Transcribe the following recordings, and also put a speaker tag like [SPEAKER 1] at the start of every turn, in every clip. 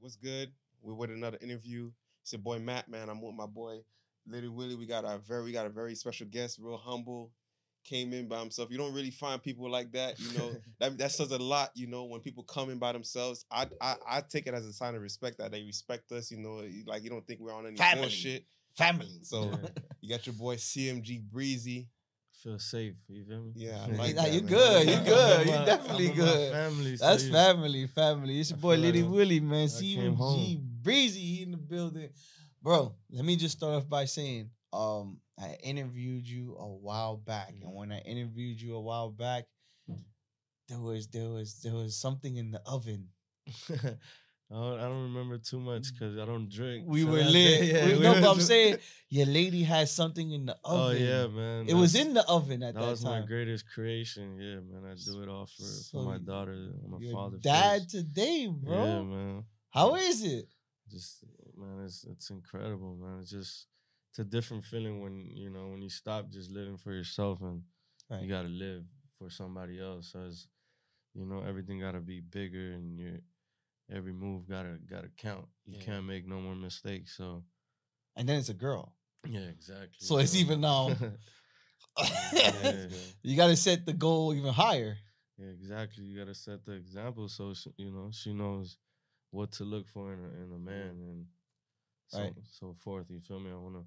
[SPEAKER 1] What's good? We're with another interview. It's your boy Matt, man. I'm with my boy Little Willie. We got our very, we got a very special guest, real humble. Came in by himself. You don't really find people like that, you know. that that says a lot, you know, when people come in by themselves. I I, I take it as a sign of respect that they respect us, you know. Like you don't think we're on any
[SPEAKER 2] Family.
[SPEAKER 1] bullshit.
[SPEAKER 2] Family.
[SPEAKER 1] So you got your boy CMG Breezy.
[SPEAKER 3] Feel safe, you feel me?
[SPEAKER 1] Yeah, I
[SPEAKER 2] Nah,
[SPEAKER 1] like
[SPEAKER 2] you
[SPEAKER 1] that, man.
[SPEAKER 2] good, you
[SPEAKER 3] I'm
[SPEAKER 2] good,
[SPEAKER 3] with
[SPEAKER 2] you
[SPEAKER 3] my-
[SPEAKER 2] definitely
[SPEAKER 3] I'm with my
[SPEAKER 2] good.
[SPEAKER 3] Family, so
[SPEAKER 2] That's
[SPEAKER 3] you-
[SPEAKER 2] family, family. It's your
[SPEAKER 3] I
[SPEAKER 2] boy
[SPEAKER 3] feel
[SPEAKER 2] Liddy
[SPEAKER 3] like I-
[SPEAKER 2] Willie, man.
[SPEAKER 3] I came
[SPEAKER 2] CMG
[SPEAKER 3] home.
[SPEAKER 2] Breezy he in the building. Bro, let me just start off by saying, um, I interviewed you a while back.
[SPEAKER 3] Mm-hmm.
[SPEAKER 2] And when I interviewed you a while back, there was there was there was something in the oven.
[SPEAKER 3] I don't, I don't remember too much because I don't drink.
[SPEAKER 2] We
[SPEAKER 3] so
[SPEAKER 2] were
[SPEAKER 3] that's it.
[SPEAKER 2] lit.
[SPEAKER 3] Yeah,
[SPEAKER 2] we,
[SPEAKER 3] we
[SPEAKER 2] no,
[SPEAKER 3] were
[SPEAKER 2] but I'm
[SPEAKER 3] lit.
[SPEAKER 2] saying your lady had something in the oven.
[SPEAKER 3] Oh yeah, man.
[SPEAKER 2] It was
[SPEAKER 3] that's-
[SPEAKER 2] in the oven at
[SPEAKER 3] That
[SPEAKER 2] that,
[SPEAKER 3] was
[SPEAKER 2] time.
[SPEAKER 3] my greatest creation. Yeah, man. I do it all for,
[SPEAKER 2] So
[SPEAKER 3] for my
[SPEAKER 2] you-
[SPEAKER 3] daughter, and my
[SPEAKER 2] Your
[SPEAKER 3] father.
[SPEAKER 2] dad
[SPEAKER 3] first.
[SPEAKER 2] today, bro.
[SPEAKER 3] Yeah, man.
[SPEAKER 2] How is it?
[SPEAKER 3] Just man, it's it's incredible, man. It's just it's a different feeling when you know when you stop just living for yourself and
[SPEAKER 2] Right.
[SPEAKER 3] you gotta live for somebody else. So it's you know everything gotta be bigger and your every move gotta gotta count. You
[SPEAKER 1] Yeah.
[SPEAKER 3] can't make no more mistakes. So
[SPEAKER 2] And then it's a girl.
[SPEAKER 3] yeah, exactly.
[SPEAKER 2] So it's even now.
[SPEAKER 3] um, yeah,
[SPEAKER 2] you got to set the goal even higher.
[SPEAKER 3] yeah, exactly. You gotta set the example so she, you know she knows what to look for in a, in a man and so
[SPEAKER 2] Right.
[SPEAKER 3] so forth. You feel me? I wanna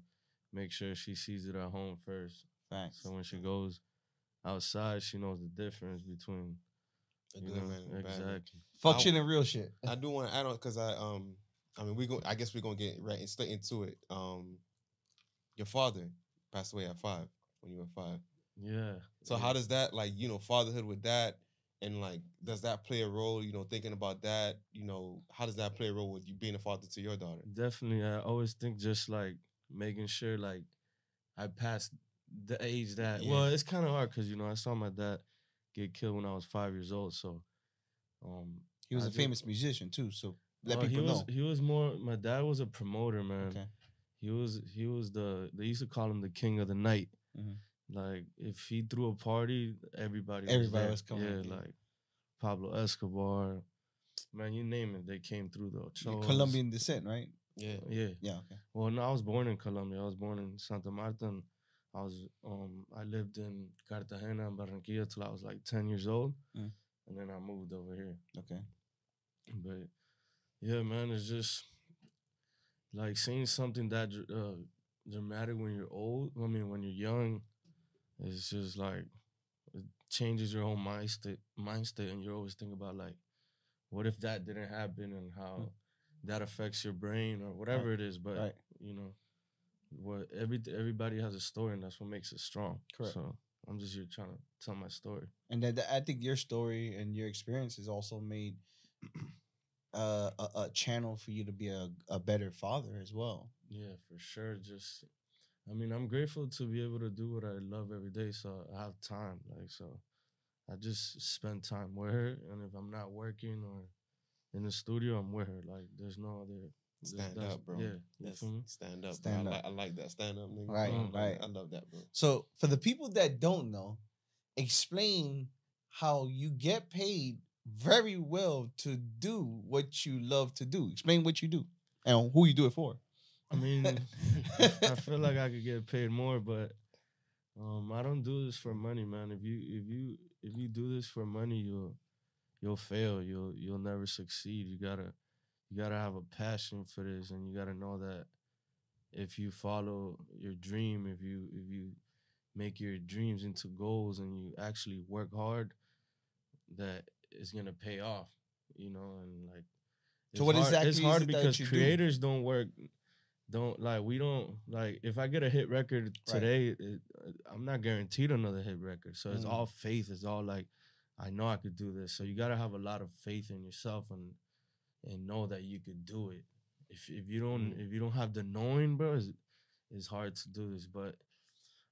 [SPEAKER 3] make sure she sees it at home first.
[SPEAKER 2] Thanks.
[SPEAKER 3] So when she goes outside, she knows the difference between
[SPEAKER 1] A
[SPEAKER 3] you
[SPEAKER 1] good
[SPEAKER 3] know,
[SPEAKER 1] man and a bad man.
[SPEAKER 3] exactly.
[SPEAKER 2] Fuck shit and real shit.
[SPEAKER 1] I do want to add on because I um I mean we go I guess we're gonna get right in- straight into it. Um, your father passed away at five when you were five.
[SPEAKER 3] Yeah.
[SPEAKER 1] So
[SPEAKER 3] yeah.
[SPEAKER 1] how does that like you know fatherhood with that and like does that play a role? You know thinking about that. You know how does that play a role with you being a father to your daughter?
[SPEAKER 3] Definitely, I always think just like making sure like I passed the age that.
[SPEAKER 1] Yeah.
[SPEAKER 3] Well, it's kind of hard because you know I saw my dad get killed when I was five years old. So, um,
[SPEAKER 2] He was
[SPEAKER 3] I
[SPEAKER 2] a
[SPEAKER 3] do-
[SPEAKER 2] famous musician too, so let
[SPEAKER 3] uh,
[SPEAKER 2] people
[SPEAKER 3] he was
[SPEAKER 2] know.
[SPEAKER 3] he was more. My dad was a promoter, man.
[SPEAKER 2] Okay.
[SPEAKER 3] He was he was the they used to call him the king of the night.
[SPEAKER 2] Mhm.
[SPEAKER 3] Like if he threw a party, everybody
[SPEAKER 2] Everybody
[SPEAKER 3] there.
[SPEAKER 2] was coming,
[SPEAKER 3] Yeah,
[SPEAKER 2] yeah.
[SPEAKER 3] like Pablo Escobar, man, you name it, they came through though.
[SPEAKER 2] You're
[SPEAKER 3] Cholas.
[SPEAKER 2] Colombian descent, right?
[SPEAKER 1] Yeah.
[SPEAKER 3] yeah.
[SPEAKER 2] Yeah. Okay.
[SPEAKER 3] Well, no, I was born in Colombia. I was born in Santa Marta. And I was um I lived in Cartagena and Barranquilla till I was like ten years old,
[SPEAKER 2] Mm.
[SPEAKER 3] and then I moved over here.
[SPEAKER 2] Okay.
[SPEAKER 3] But yeah, man, it's just like seeing something that dr- uh, dramatic when you're old. I mean, when you're young, it's just like it changes your whole mind state. Mind state, and you always think about like, what if that didn't happen, and how that affects your brain or whatever it is. But
[SPEAKER 2] Mm. Right.
[SPEAKER 3] you know, what every everybody has a story, and that's what makes it strong.
[SPEAKER 2] Correct.
[SPEAKER 3] So I'm just here trying to tell my story.
[SPEAKER 2] And that, that- I think your story and your experience has also made uh, a, a channel for you to be a, a better father as well.
[SPEAKER 3] Yeah, for sure. Just, I mean, I'm grateful to be able to do what I love every day. So I have time, like so. I just spend time with her, and if I'm not working or in the studio, I'm with her. Like there's no other there's-
[SPEAKER 1] Stand
[SPEAKER 3] that's-
[SPEAKER 1] up, bro.
[SPEAKER 3] Yeah, you
[SPEAKER 1] That's,
[SPEAKER 3] feel me? Mm.
[SPEAKER 1] stand up. Stand
[SPEAKER 2] Stand
[SPEAKER 1] bro. I,
[SPEAKER 2] up.
[SPEAKER 1] Like, I like that. Stand up, nigga.
[SPEAKER 2] Right,
[SPEAKER 1] I love that.
[SPEAKER 2] right.
[SPEAKER 1] I love that, bro.
[SPEAKER 2] So, for the people that don't know, explain how you get paid very well to do what you love to do. Explain what you do and who you do it for.
[SPEAKER 3] I mean, I f- Mm. I feel like I could get paid more, but um, I don't do this for money, man. If you if you if you do this for money, you'll you'll fail. You'll you'll never succeed. You gotta you gotta have a passion for this, and you gotta know that if you follow your dream, if you if you make your dreams into goals, and you actually work hard, that it's gonna pay off. You know, and like
[SPEAKER 2] So what
[SPEAKER 3] hard,
[SPEAKER 2] exactly
[SPEAKER 3] it's
[SPEAKER 2] is
[SPEAKER 3] hard
[SPEAKER 2] it that
[SPEAKER 3] because
[SPEAKER 2] you do?
[SPEAKER 3] creators do? not work don't like we don't like if I get a hit record
[SPEAKER 2] Right.
[SPEAKER 3] today, it, uh, I'm not guaranteed another hit record. So it's
[SPEAKER 2] Mm.
[SPEAKER 3] all faith. It's all like I know I could do this. So you gotta have a lot of faith in yourself and and know that you could do it. If if you don't
[SPEAKER 2] Mm.
[SPEAKER 3] if you don't have the knowing, bro, it's, it's hard to do this. But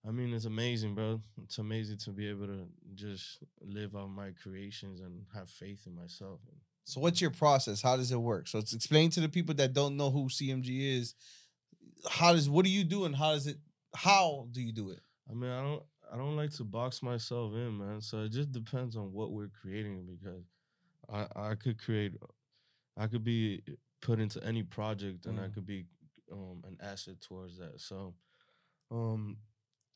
[SPEAKER 3] I mean, it's amazing, bro. It's amazing to be able to just live out my creations and have faith in myself.
[SPEAKER 2] So what's your process? How does it work? So it's explain to the people that don't know who CMG is. How does what do you do and how does it how do you do it?
[SPEAKER 3] I mean, I don't I don't like to box myself in, man. So it just depends on what we're creating because I I could create I could be put into any project and I
[SPEAKER 2] Mm.
[SPEAKER 3] could be um, an asset towards that. So um,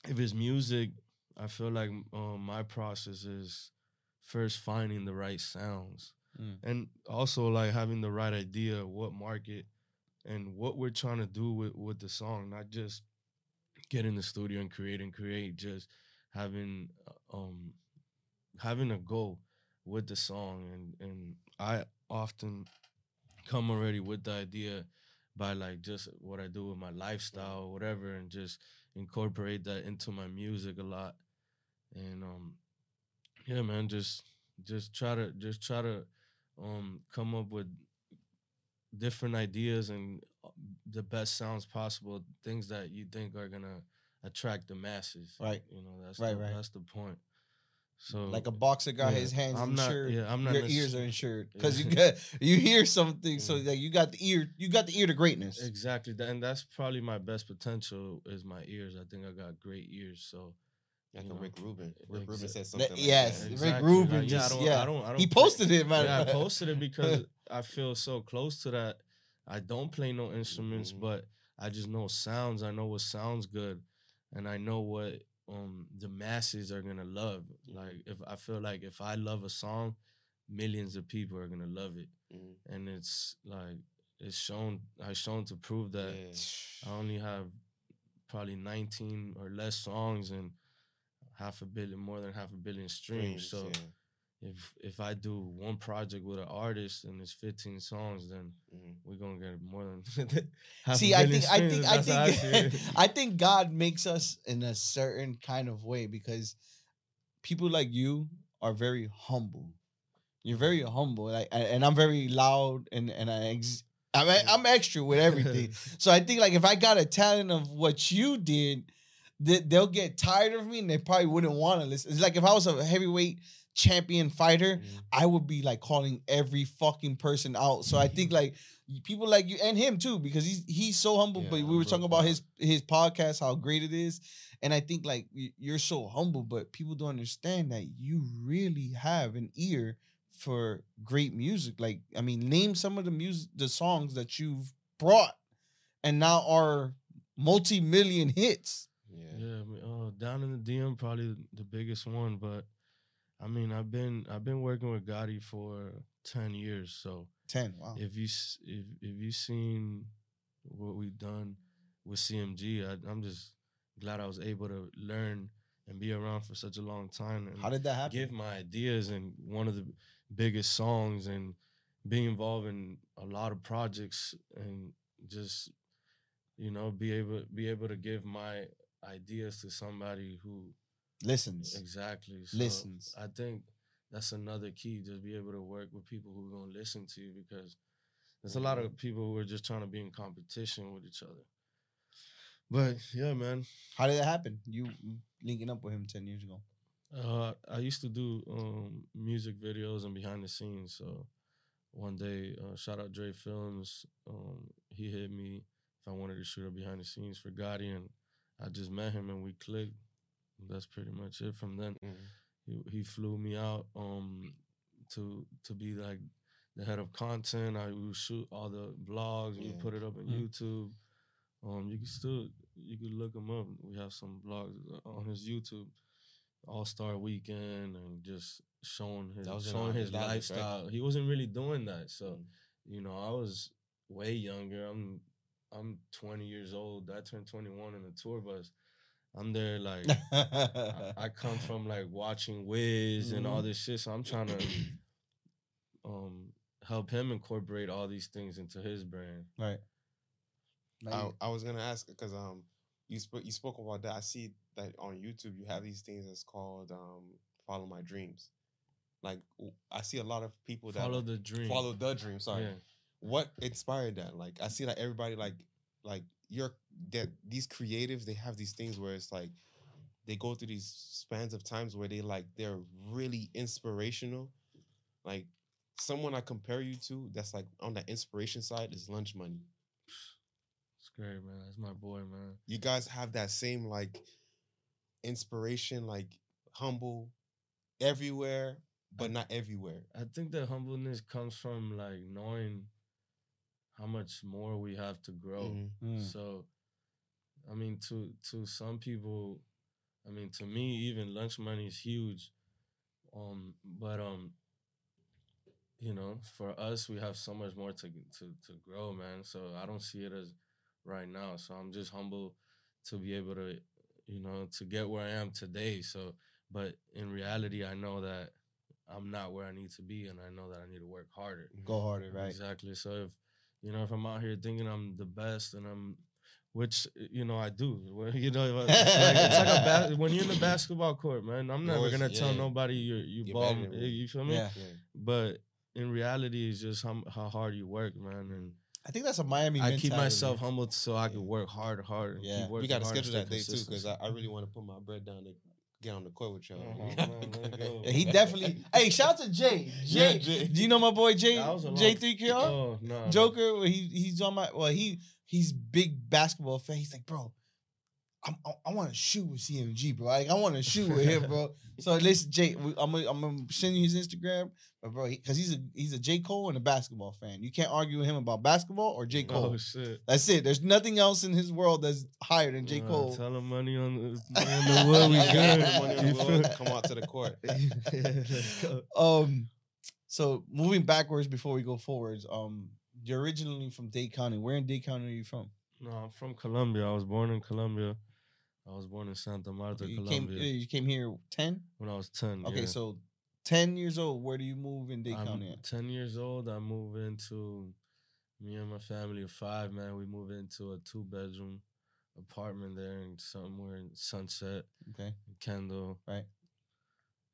[SPEAKER 3] if it's music, I feel like um, my process is first finding the right sounds
[SPEAKER 2] Mm.
[SPEAKER 3] and also like having the right idea of what market and what we're trying to do with, with the song, not just get in the studio and create and create, just having uh, um having a goal with the song and and I often come already with the idea by like just what I do with my lifestyle or whatever and just incorporate that into my music a lot. And um yeah man just just try to just try to um come up with different ideas and uh, the best sounds possible, things that you think are gonna attract the masses.
[SPEAKER 2] Right.
[SPEAKER 3] You know, that's
[SPEAKER 2] Right,
[SPEAKER 3] the,
[SPEAKER 2] right.
[SPEAKER 3] that's the point. So
[SPEAKER 2] Like a boxer
[SPEAKER 3] Oh,
[SPEAKER 2] got
[SPEAKER 3] yeah,
[SPEAKER 2] his hands
[SPEAKER 3] I'm not,
[SPEAKER 2] insured.
[SPEAKER 3] yeah, I'm not
[SPEAKER 2] your
[SPEAKER 3] necess-
[SPEAKER 2] ears are insured because you
[SPEAKER 3] Yeah.
[SPEAKER 2] got you hear something, so
[SPEAKER 3] Yeah.
[SPEAKER 2] like you got the ear, you got the ear to greatness.
[SPEAKER 3] Exactly, tha- and that's probably my best potential is my ears. I think I got great ears, so
[SPEAKER 1] Like
[SPEAKER 3] you
[SPEAKER 1] a
[SPEAKER 3] know,
[SPEAKER 1] Rick Rubin.
[SPEAKER 3] e-
[SPEAKER 1] Rick Rubin
[SPEAKER 3] exa-
[SPEAKER 1] said something. like
[SPEAKER 2] yes,
[SPEAKER 1] that.
[SPEAKER 2] Rick
[SPEAKER 3] exactly,
[SPEAKER 2] Rubin
[SPEAKER 3] like,
[SPEAKER 2] just-
[SPEAKER 3] I don't,
[SPEAKER 2] yeah.
[SPEAKER 3] I don't, I don't
[SPEAKER 2] He
[SPEAKER 3] play-
[SPEAKER 2] posted it, man.
[SPEAKER 3] Yeah, I posted it because I feel so close to that. I don't play no instruments,
[SPEAKER 2] Mm-hmm.
[SPEAKER 1] Mhm.
[SPEAKER 3] but I just know sounds. I know what sounds good, and I know what um the masses are gonna love.
[SPEAKER 2] Mm-hmm.
[SPEAKER 3] Like if I feel like if I love a song, millions of people are gonna love it,
[SPEAKER 1] Mhm.
[SPEAKER 3] and it's like it's shown. I shown to prove that.
[SPEAKER 1] Yeah.
[SPEAKER 3] I only have probably 19 or less songs and half a billion, more than half a billion
[SPEAKER 1] Dreams,
[SPEAKER 3] streams. so
[SPEAKER 1] yeah.
[SPEAKER 3] if if I do one project with an artist and it's 15 songs, then
[SPEAKER 1] Mhm.
[SPEAKER 3] we're gonna get more than half
[SPEAKER 2] See,
[SPEAKER 3] a
[SPEAKER 2] I
[SPEAKER 3] billion
[SPEAKER 2] think I think
[SPEAKER 3] streams.
[SPEAKER 2] I
[SPEAKER 3] That's how
[SPEAKER 2] think
[SPEAKER 3] see it.
[SPEAKER 2] I think God makes us in a certain kind of way because people like you are very humble. You're very humble, like, a- and I'm very loud, and and I ex- I'm e- I'm extra with everything. so I think like if I got a talent of what you did, that they'll get tired of me and they probably wouldn't want to listen. It's like if I was a heavyweight champion fighter,
[SPEAKER 3] Mhm.
[SPEAKER 1] Mm-hmm.
[SPEAKER 2] I would be like calling every fucking person out. So
[SPEAKER 3] Mm-hmm.
[SPEAKER 2] I think like y- people like you and him too, because he's he's so humble.
[SPEAKER 3] Yeah,
[SPEAKER 2] but we
[SPEAKER 3] humble
[SPEAKER 2] were talking about
[SPEAKER 3] guy.
[SPEAKER 2] his his podcast, how great it is, and I think like y- you're so humble, but people don't understand that you really have an ear for great music. Like I mean, name some of the music, the songs that you've brought, and now are multi million hits.
[SPEAKER 1] Yeah.
[SPEAKER 3] Yeah, I mean, uh, down in the DM probably the biggest one, but I mean I've been I've been working with Gotti for 10 years, so
[SPEAKER 2] Ten. Wow.
[SPEAKER 3] if you s- if if you seen what we've done with CMG, I, I'm just glad I was able to learn and be around for such a long time and
[SPEAKER 2] How did that happen?
[SPEAKER 3] give my ideas and one of the biggest songs and be involved in a lot of projects and just you know be able be able to give my ideas to somebody who
[SPEAKER 2] Listens.
[SPEAKER 3] exactly so
[SPEAKER 2] Listens.
[SPEAKER 3] I think that's another key. Just be able to work with people who are gonna listen to you because there's a lot of people who are just trying to be in competition with each other. But yeah, man.
[SPEAKER 2] How did that happen? You mm, linking up with him ten years ago.
[SPEAKER 3] Uh, I used to do um, music videos and behind the scenes. So one day, uh, shout out Dre Films. Um, he hit me if I wanted to shoot a behind the scenes for Gotti, and I just met him and we clicked. That's pretty much it from then.
[SPEAKER 1] Mhm.
[SPEAKER 3] he, he flew me out um to to be like the head of content. I we would shoot all the blogs and
[SPEAKER 1] Yeah.
[SPEAKER 3] we put it up on
[SPEAKER 2] Mm.
[SPEAKER 3] YouTube. Um, you can still you can look him up. We have some blogs on his YouTube, All Star Weekend, and just showing his
[SPEAKER 1] That was in
[SPEAKER 3] showing
[SPEAKER 1] Los
[SPEAKER 3] his
[SPEAKER 1] Angeles, right?
[SPEAKER 3] lifestyle. He wasn't really doing that, so
[SPEAKER 1] Mm.
[SPEAKER 3] you know I was way younger. I'm I'm 20 years old. I turned 21 in the tour bus. I'm there like I- I come from like watching Wiz and all
[SPEAKER 1] Mm-hmm.
[SPEAKER 3] this shit, so I'm trying to um help him incorporate all these things into his brand.
[SPEAKER 2] right.
[SPEAKER 1] I, I was gonna ask because um you spoke you spoke about that. I see that on YouTube you have these things that's called um follow my dreams. Like w- I see a lot of people that
[SPEAKER 3] Follow the dream.
[SPEAKER 1] follow the dream. Sorry,
[SPEAKER 3] Yeah.
[SPEAKER 1] what inspired that? Like I see like everybody like like you're that these creatives they have these things where it's like they go through these spans of times where they like they're really inspirational. Like someone I compare you to that's like on the inspiration side is Lunch Money.
[SPEAKER 3] It's great, man. That's my boy, man.
[SPEAKER 1] you guys have that same like inspiration, like humble everywhere, but not everywhere.
[SPEAKER 3] I think that humbleness comes from like knowing how much more we have to grow.
[SPEAKER 1] Mhm.
[SPEAKER 2] Mm.
[SPEAKER 3] So, I mean, to to some people, I mean, to me, even lunch money is huge. Um, but um, you know, for us, we have so much more to to to grow, man. So I don't see it as right now. So I'm just humble to be able to, you know, to get where I am today. So, but in reality, I know that I'm not where I need to be, and I know that I need to work harder.
[SPEAKER 2] Go harder, right?
[SPEAKER 3] Exactly. So if you know if I'm out here thinking I'm the best and I'm, which you know I do. Well, You know, it's like, it's like a ba- when you're in the basketball court, man. I'm never
[SPEAKER 1] Always,
[SPEAKER 3] gonna tell
[SPEAKER 1] yeah.
[SPEAKER 3] nobody you you
[SPEAKER 1] You're
[SPEAKER 3] ball.
[SPEAKER 1] better than
[SPEAKER 3] eh,
[SPEAKER 1] me.
[SPEAKER 3] You feel me?
[SPEAKER 2] Yeah.
[SPEAKER 1] Yeah.
[SPEAKER 3] But in reality, it's just how how hard you work, man. And
[SPEAKER 2] I think that's a Miami.
[SPEAKER 3] I keep
[SPEAKER 2] mentality.
[SPEAKER 3] myself humble so I
[SPEAKER 1] Yeah.
[SPEAKER 3] can work hard, hard. and keep
[SPEAKER 2] Yeah. We
[SPEAKER 1] We
[SPEAKER 3] working
[SPEAKER 1] got to
[SPEAKER 3] hard and
[SPEAKER 1] schedule
[SPEAKER 3] stay
[SPEAKER 1] that day too because I,
[SPEAKER 3] consistent.
[SPEAKER 1] I really want to put my bread down to get on the court with y'all.
[SPEAKER 3] Oh, man, let's go.
[SPEAKER 2] Yeah, he definitely. hey, shout out to Jay. Jay,
[SPEAKER 1] Yeah, Jay.
[SPEAKER 2] do you know my boy Jay?
[SPEAKER 3] That was a long-
[SPEAKER 2] Jay Three Kr.
[SPEAKER 3] Oh no, no.
[SPEAKER 2] Joker, well, he he's on my well, he he's big basketball fan. He's like, bro, I'm, I, I want to shoot with CMG, bro. Like, I want to shoot with him, bro. So listen, Jay, we- I'm gonna, I'm gonna send you his Instagram, but bro, because he's a he's a J Cole and a basketball fan. You can't argue with him about basketball or J Cole.
[SPEAKER 3] Oh shit.
[SPEAKER 2] that's it. There's nothing else in his world that's higher than J
[SPEAKER 3] Uh,
[SPEAKER 2] Cole.
[SPEAKER 3] tell him money on the, on the wood, we good.
[SPEAKER 1] Money on
[SPEAKER 3] You
[SPEAKER 1] the
[SPEAKER 3] feel-
[SPEAKER 1] road, come out to the court.
[SPEAKER 3] Let's go.
[SPEAKER 2] um, so moving backwards before we go forwards, um, you're originally from Dade County. Where in Dade County are you from?
[SPEAKER 3] No, I'm from Colombia. I was born in Colombia. I was born in Santa Marta,
[SPEAKER 2] You
[SPEAKER 3] Colombia,
[SPEAKER 2] came, you came here ten.
[SPEAKER 3] when I was ten.
[SPEAKER 2] Okay,
[SPEAKER 3] yeah.
[SPEAKER 2] so ten years old, where do you move in Dade
[SPEAKER 3] I'm
[SPEAKER 2] County? At?
[SPEAKER 3] ten years old. I move into me and my family of five. Man, we move into a two bedroom apartment there in somewhere in Sunset,
[SPEAKER 2] Okay,
[SPEAKER 3] Kendall.
[SPEAKER 2] Right.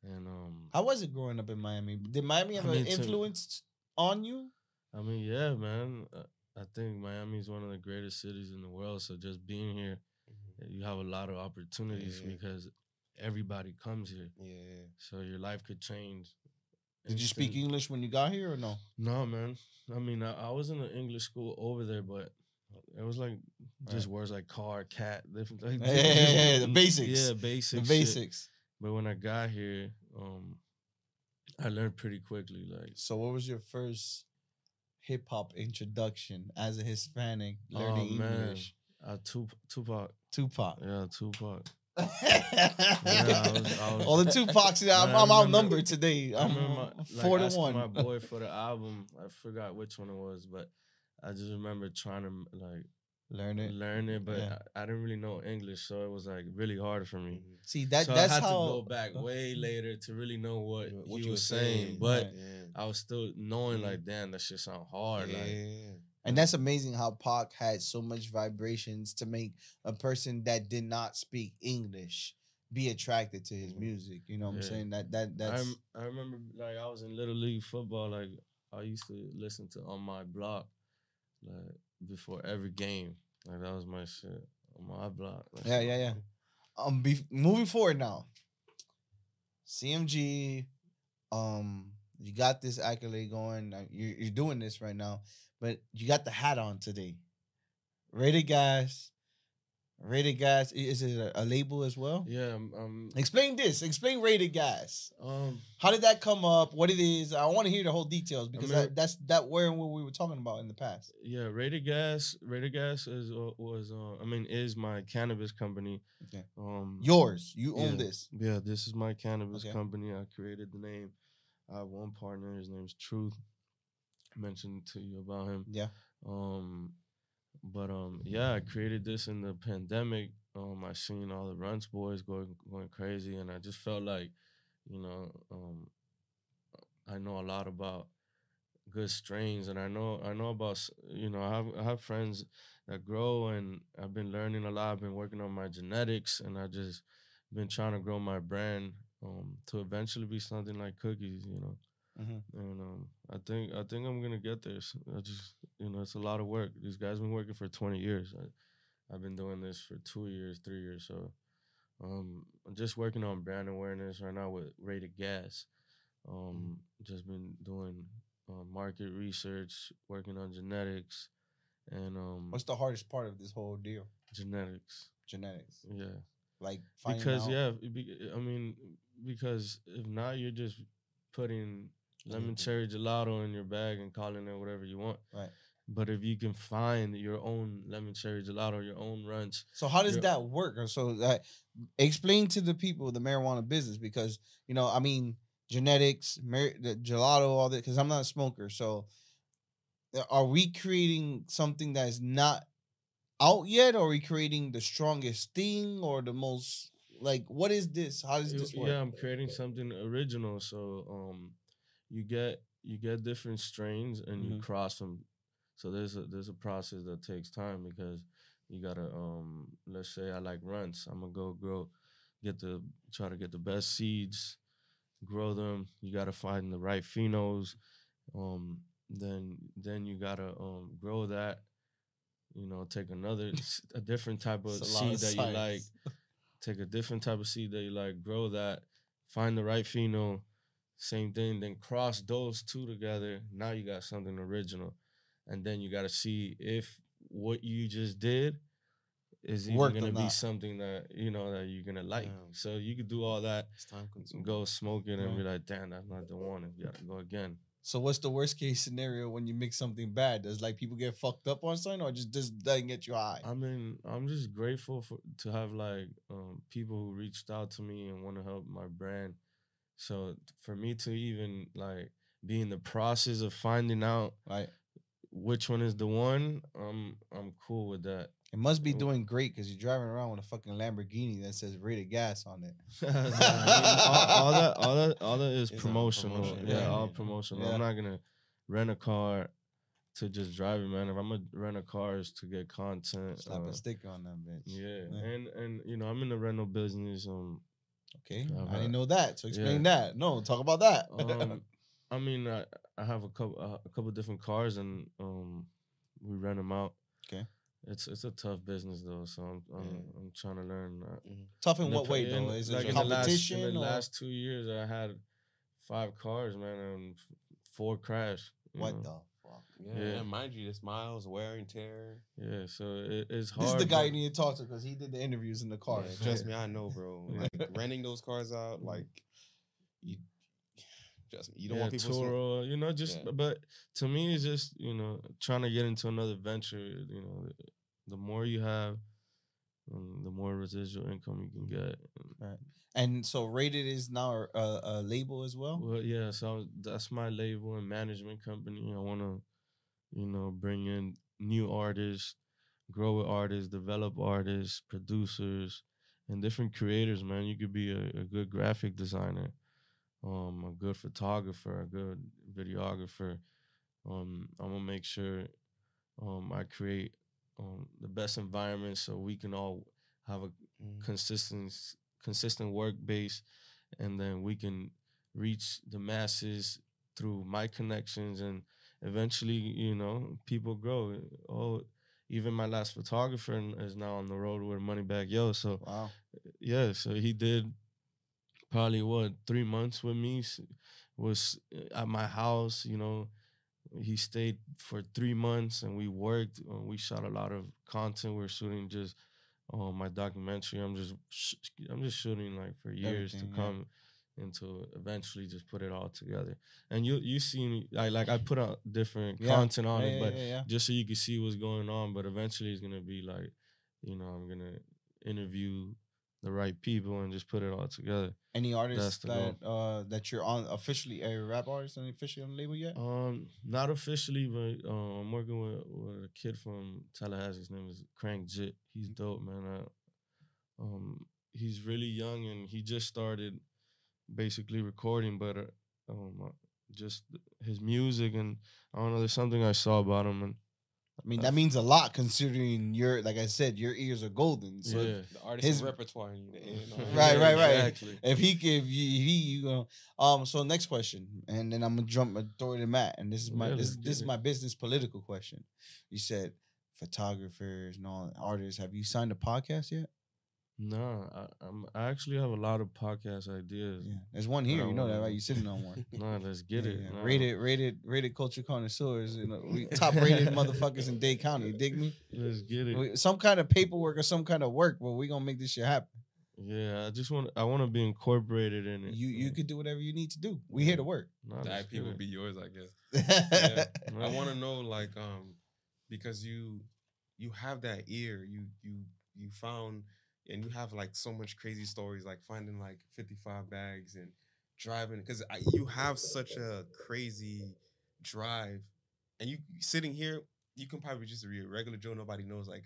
[SPEAKER 3] And um,
[SPEAKER 2] how was it growing up in Miami? Did Miami have
[SPEAKER 3] I
[SPEAKER 2] an
[SPEAKER 3] mean, to-
[SPEAKER 2] influence on you?
[SPEAKER 3] I mean, yeah, man. uh, I think Miami is one of the greatest cities in the world. So just being here,
[SPEAKER 2] Mm-hmm.
[SPEAKER 3] you have a lot of opportunities
[SPEAKER 1] yeah.
[SPEAKER 3] because everybody comes here.
[SPEAKER 1] Yeah.
[SPEAKER 3] So your life could change.
[SPEAKER 2] Did you speak
[SPEAKER 3] instant-
[SPEAKER 2] English when you got here or no?
[SPEAKER 3] No, man. I mean, I, I was in an English school over there, but it was like just words like car, cat, different. Like,
[SPEAKER 2] Yeah, yeah, yeah, the basics.
[SPEAKER 3] Yeah, basic.
[SPEAKER 2] The
[SPEAKER 3] shit.
[SPEAKER 2] basics.
[SPEAKER 3] But when I got here, um, I learned pretty quickly. Like
[SPEAKER 2] So, what was your first hip hop introduction as a Hispanic
[SPEAKER 3] Oh,
[SPEAKER 2] learning
[SPEAKER 3] man.
[SPEAKER 2] English?
[SPEAKER 3] uh, Tup- Tupac.
[SPEAKER 2] Tupac.
[SPEAKER 3] Yeah, Tupac.
[SPEAKER 2] Yeah,
[SPEAKER 3] I was- I was-
[SPEAKER 2] All the Tupacs. yeah, I'm,
[SPEAKER 3] Man, I
[SPEAKER 2] I'm
[SPEAKER 3] remember-
[SPEAKER 2] outnumbered today.
[SPEAKER 3] I
[SPEAKER 2] I'm
[SPEAKER 3] remember my, like,
[SPEAKER 2] four to
[SPEAKER 3] asking
[SPEAKER 2] one.
[SPEAKER 3] my boy for the album. I forgot which one it was, but I just remember trying to like
[SPEAKER 2] Learn it.
[SPEAKER 3] learn it, but
[SPEAKER 2] Yeah.
[SPEAKER 3] I, I didn't really know English, so it was like really hard for me.
[SPEAKER 1] Mhm.
[SPEAKER 2] See that?
[SPEAKER 3] so
[SPEAKER 2] that's
[SPEAKER 3] I had
[SPEAKER 2] how.
[SPEAKER 3] to go back way later to really know what,
[SPEAKER 1] What
[SPEAKER 3] he
[SPEAKER 1] you
[SPEAKER 3] was
[SPEAKER 1] were
[SPEAKER 3] saying,
[SPEAKER 1] saying,
[SPEAKER 3] but
[SPEAKER 2] right.
[SPEAKER 1] Yeah.
[SPEAKER 3] I was still knowing
[SPEAKER 1] Mhm.
[SPEAKER 3] like, damn, that shit sound hard. Like,
[SPEAKER 1] Yeah.
[SPEAKER 2] And that's amazing how Pac had so much vibrations to make a person that did not speak English be attracted to his
[SPEAKER 1] Mhm.
[SPEAKER 2] music. You know what I'm
[SPEAKER 3] Yeah.
[SPEAKER 2] saying? That that
[SPEAKER 3] I,
[SPEAKER 2] that's
[SPEAKER 3] rem- I remember like I was in little league football. Like I used to listen to on my block, like before every game. Like that was my shit on my block. That
[SPEAKER 2] yeah,
[SPEAKER 3] shit
[SPEAKER 2] yeah,
[SPEAKER 3] was
[SPEAKER 2] yeah. Um be- moving forward now. CMG, um, you got this accolade going. uh, You're, you're doing this right now, but you got the hat on today. Rated guys, rated guys. i- Is it a, a label as well?
[SPEAKER 3] Yeah, um, um,
[SPEAKER 2] Explain this. Explain rated guys.
[SPEAKER 3] um,
[SPEAKER 2] How did that come up? What it is? I want to hear the whole details because
[SPEAKER 3] mean-
[SPEAKER 2] that, that's that where and what we were talking about in the past.
[SPEAKER 3] yeah, Rated Gas, Rated Gas is uh, was, uh, I mean, is my cannabis company.
[SPEAKER 2] Okay.
[SPEAKER 3] Um,
[SPEAKER 2] Yours, you own
[SPEAKER 3] Yeah.
[SPEAKER 2] this.
[SPEAKER 3] yeah, this is my cannabis
[SPEAKER 2] Okay.
[SPEAKER 3] company. I created the name. I have one partner. His name's Truth. I mentioned to you about him.
[SPEAKER 2] Yeah.
[SPEAKER 3] Um, but um, yeah, I created this in the pandemic. Um, I seen all the Runts boys going going crazy, and I just felt like, you know, um, I know a lot about good strains, and I know I know about s- you know I have I have friends that grow, and I've been learning a lot. I've been working on my genetics, and I just been trying to grow my brand um, to eventually be something like cookies, you know and um, I think I think I'm gonna get there. s- I just you know it's a lot of work. These guys been working for 20 years. I, I've been doing this for two years, three years. So um, I'm just working on brand awareness right now with Rated Gas. Um, just been doing uh, market research, working on genetics, and um,
[SPEAKER 2] What's the hardest part of this whole deal?
[SPEAKER 3] genetics.
[SPEAKER 2] Genetics,
[SPEAKER 3] Yeah
[SPEAKER 2] like finding
[SPEAKER 3] because
[SPEAKER 2] out.
[SPEAKER 3] yeah, it be, I mean, because if not, you're just putting lemon
[SPEAKER 1] Mhm.
[SPEAKER 3] cherry gelato in your bag and calling it whatever you want.
[SPEAKER 2] Right.
[SPEAKER 3] But if you can find your own lemon cherry gelato, your own ranch,
[SPEAKER 2] So how does
[SPEAKER 3] Yeah.
[SPEAKER 2] that work? Or So that explain to the people the marijuana business because you know I mean genetics, mar- the gelato, all that. Because I'm not a smoker, so uh, are we creating something that's not out yet? Or are we creating the strongest thing or the most like what is this? How does
[SPEAKER 3] You-
[SPEAKER 2] this work?
[SPEAKER 3] yeah, I'm creating something original. So um, you get you get different strains and you
[SPEAKER 2] Mhm.
[SPEAKER 3] cross them. So there's a there's a process that takes time because you gotta um, let's say I like runts, I'm gonna go grow, get the try to get the best seeds, grow them. You gotta find the right phenols. Um, then then you gotta um, grow that. You know, take another s- a different type of
[SPEAKER 2] It's a lot
[SPEAKER 3] seed
[SPEAKER 2] of
[SPEAKER 3] that you like
[SPEAKER 2] science.
[SPEAKER 3] take a different type of seed that you like, grow that, find the right phenol, same thing, then cross those two together. Now you got something original. And then you got to see if what you just did is even
[SPEAKER 2] Worked
[SPEAKER 3] going to
[SPEAKER 2] or
[SPEAKER 3] be
[SPEAKER 2] not.
[SPEAKER 3] something that, you know, that you're going to like.
[SPEAKER 1] Yeah.
[SPEAKER 3] So you could do all that,
[SPEAKER 1] It's time consuming.
[SPEAKER 3] go smoke it and
[SPEAKER 2] Yeah.
[SPEAKER 3] be like, damn, that's not the one. You got to go again.
[SPEAKER 2] So what's the worst case scenario when you mix something bad? Does like people get fucked up on something or just this doesn't get you high?
[SPEAKER 3] I mean, I'm just grateful for to have like um, people who reached out to me and want to help my brand. So for me to even like be in the process of finding out
[SPEAKER 2] Right.
[SPEAKER 3] which one is the one, I'm I'm cool with that.
[SPEAKER 2] It must be
[SPEAKER 3] Oh.
[SPEAKER 2] doing great because you're driving around with a fucking Lamborghini that says rated gas on it.
[SPEAKER 3] Nah, I mean, all, all that all that all that
[SPEAKER 1] It's
[SPEAKER 3] is
[SPEAKER 1] all
[SPEAKER 3] promotional.
[SPEAKER 1] promotion,
[SPEAKER 3] yeah,
[SPEAKER 2] yeah.
[SPEAKER 3] all promotional.
[SPEAKER 2] Yeah.
[SPEAKER 3] I'm not gonna rent a car to just drive it, man. If I'm gonna rent a car, is to get content.
[SPEAKER 2] Slap
[SPEAKER 3] uh,
[SPEAKER 2] a sticker on that bitch.
[SPEAKER 3] yeah,
[SPEAKER 2] Yeah.
[SPEAKER 3] and and you know I'm in the rental business. Um,
[SPEAKER 2] Okay.
[SPEAKER 3] I've
[SPEAKER 2] I
[SPEAKER 3] had-
[SPEAKER 2] didn't know that. So explain that. No, talk about that.
[SPEAKER 3] um, I mean, I, I have a couple uh, a couple different cars, and um, we rent them out.
[SPEAKER 2] 'Kay.
[SPEAKER 3] It's it's a tough business though, so I'm I'm,
[SPEAKER 1] Yeah.
[SPEAKER 3] I'm trying to learn. uh,
[SPEAKER 2] Tough in
[SPEAKER 3] the
[SPEAKER 2] what
[SPEAKER 3] pa-
[SPEAKER 2] way though? Is
[SPEAKER 3] like
[SPEAKER 2] it
[SPEAKER 3] in the last-
[SPEAKER 2] competition?
[SPEAKER 3] In the
[SPEAKER 2] or-
[SPEAKER 3] last two years, I had five cars, man, and f- four crashed. you
[SPEAKER 2] what
[SPEAKER 3] know?
[SPEAKER 2] the fuck?
[SPEAKER 1] Yeah,
[SPEAKER 3] Yeah.
[SPEAKER 1] and mind you, this miles, wear and tear.
[SPEAKER 3] Yeah, so it, it's hard.
[SPEAKER 2] This is the guy
[SPEAKER 3] but-
[SPEAKER 2] you need to talk to because he did the interviews in the car.
[SPEAKER 1] Yeah,
[SPEAKER 3] Yeah.
[SPEAKER 1] trust me, I know, bro.
[SPEAKER 3] Yeah.
[SPEAKER 1] Like renting those cars out, like you, trust me, you don't want
[SPEAKER 3] Yeah,
[SPEAKER 1] people. smoking.
[SPEAKER 3] Toro, you know, just
[SPEAKER 1] Yeah.
[SPEAKER 3] but to me, it's just you know trying to get into another venture. You know, the more you have, um, the more residual income you can get. And-
[SPEAKER 2] And so rated is now a, a, a label as well.
[SPEAKER 3] Well, yeah, so that's my label and management company. I want to, you know, bring in new artists, grow with artists, develop artists, producers, and different creators. Man, you could be a, a good graphic designer, um, a good photographer, a good videographer. Um, I'm gonna make sure, um, I create, um, the best environment so we can all have a
[SPEAKER 1] Mm.
[SPEAKER 3] consistent consistent work base and then we can reach the masses through my connections and eventually you know people grow oh even my last photographer n- is now on the road with Moneybag Yo so
[SPEAKER 2] Wow.
[SPEAKER 3] yeah so he did probably what 3 months with me s- was uh, at my house you know he stayed for 3 months and we worked uh, we shot a lot of content we were shooting just oh my documentary i'm just sh- i'm just shooting like for years
[SPEAKER 2] Everything,
[SPEAKER 3] to
[SPEAKER 2] yeah.
[SPEAKER 3] come and to eventually just put it all together and you you see me like like i put out different
[SPEAKER 2] Yeah.
[SPEAKER 3] content on
[SPEAKER 2] Yeah,
[SPEAKER 3] it
[SPEAKER 2] yeah,
[SPEAKER 3] but
[SPEAKER 2] yeah, yeah.
[SPEAKER 3] just so you can see what's going on but eventually it's gonna be like you know i'm gonna interview the right people and just put it all together
[SPEAKER 2] Any artists
[SPEAKER 3] the goal.
[SPEAKER 2] that uh, that you're on officially a rap artist and officially on the label yet?
[SPEAKER 3] um not officially but uh, i'm working with, with a kid from tallahassee his name is crank jit he's dope man I, um, he's really young and he just started basically recording, but uh, um, uh, just his music and I don't know. There's something I saw about him, and
[SPEAKER 2] I mean
[SPEAKER 3] I
[SPEAKER 2] that
[SPEAKER 3] f-
[SPEAKER 2] means a lot considering your like I said your ears are golden. So if-
[SPEAKER 3] yeah,
[SPEAKER 1] The artist
[SPEAKER 2] His-
[SPEAKER 1] repertoire, in the end, all
[SPEAKER 2] Right, right, right.
[SPEAKER 3] exactly.
[SPEAKER 2] If he could, if you, he, you gonna um. So next question, and then I'm gonna jump and throw it to Matt. And this is my
[SPEAKER 3] Yeah,
[SPEAKER 2] this,
[SPEAKER 3] let's get
[SPEAKER 2] this is
[SPEAKER 3] it.
[SPEAKER 2] my business political question. You said photographers and all artists. Have you signed a podcast yet?
[SPEAKER 3] No, I, I'm, I actually have a lot of podcast ideas.
[SPEAKER 2] Yeah, there's one here.
[SPEAKER 3] No,
[SPEAKER 2] You know that,
[SPEAKER 3] no.
[SPEAKER 2] right? You're sitting on one.
[SPEAKER 3] No, let's get
[SPEAKER 2] Yeah,
[SPEAKER 3] it.
[SPEAKER 2] yeah.
[SPEAKER 3] nah.
[SPEAKER 2] Rated, rated, rated culture connoisseurs. You know, we top rated motherfuckers in Dade County. You dig me?
[SPEAKER 3] Let's get it.
[SPEAKER 2] We- Some kind of paperwork or some kind of work, but we gonna make this shit happen.
[SPEAKER 3] Yeah, I just want I want to be incorporated in it.
[SPEAKER 2] You you could do whatever you need to do. We
[SPEAKER 3] Yeah.
[SPEAKER 2] here to work.
[SPEAKER 3] Nah,
[SPEAKER 1] The
[SPEAKER 3] let's
[SPEAKER 1] IP
[SPEAKER 3] get
[SPEAKER 1] will
[SPEAKER 3] it.
[SPEAKER 1] be yours, I guess.
[SPEAKER 2] yeah.
[SPEAKER 1] I want to know, like, um, because you you have that ear. You you you found and you have like so much crazy stories, like finding like 55 bags and driving because you have such a crazy drive. And you sitting here, you can probably just be a regular Joe. Nobody knows like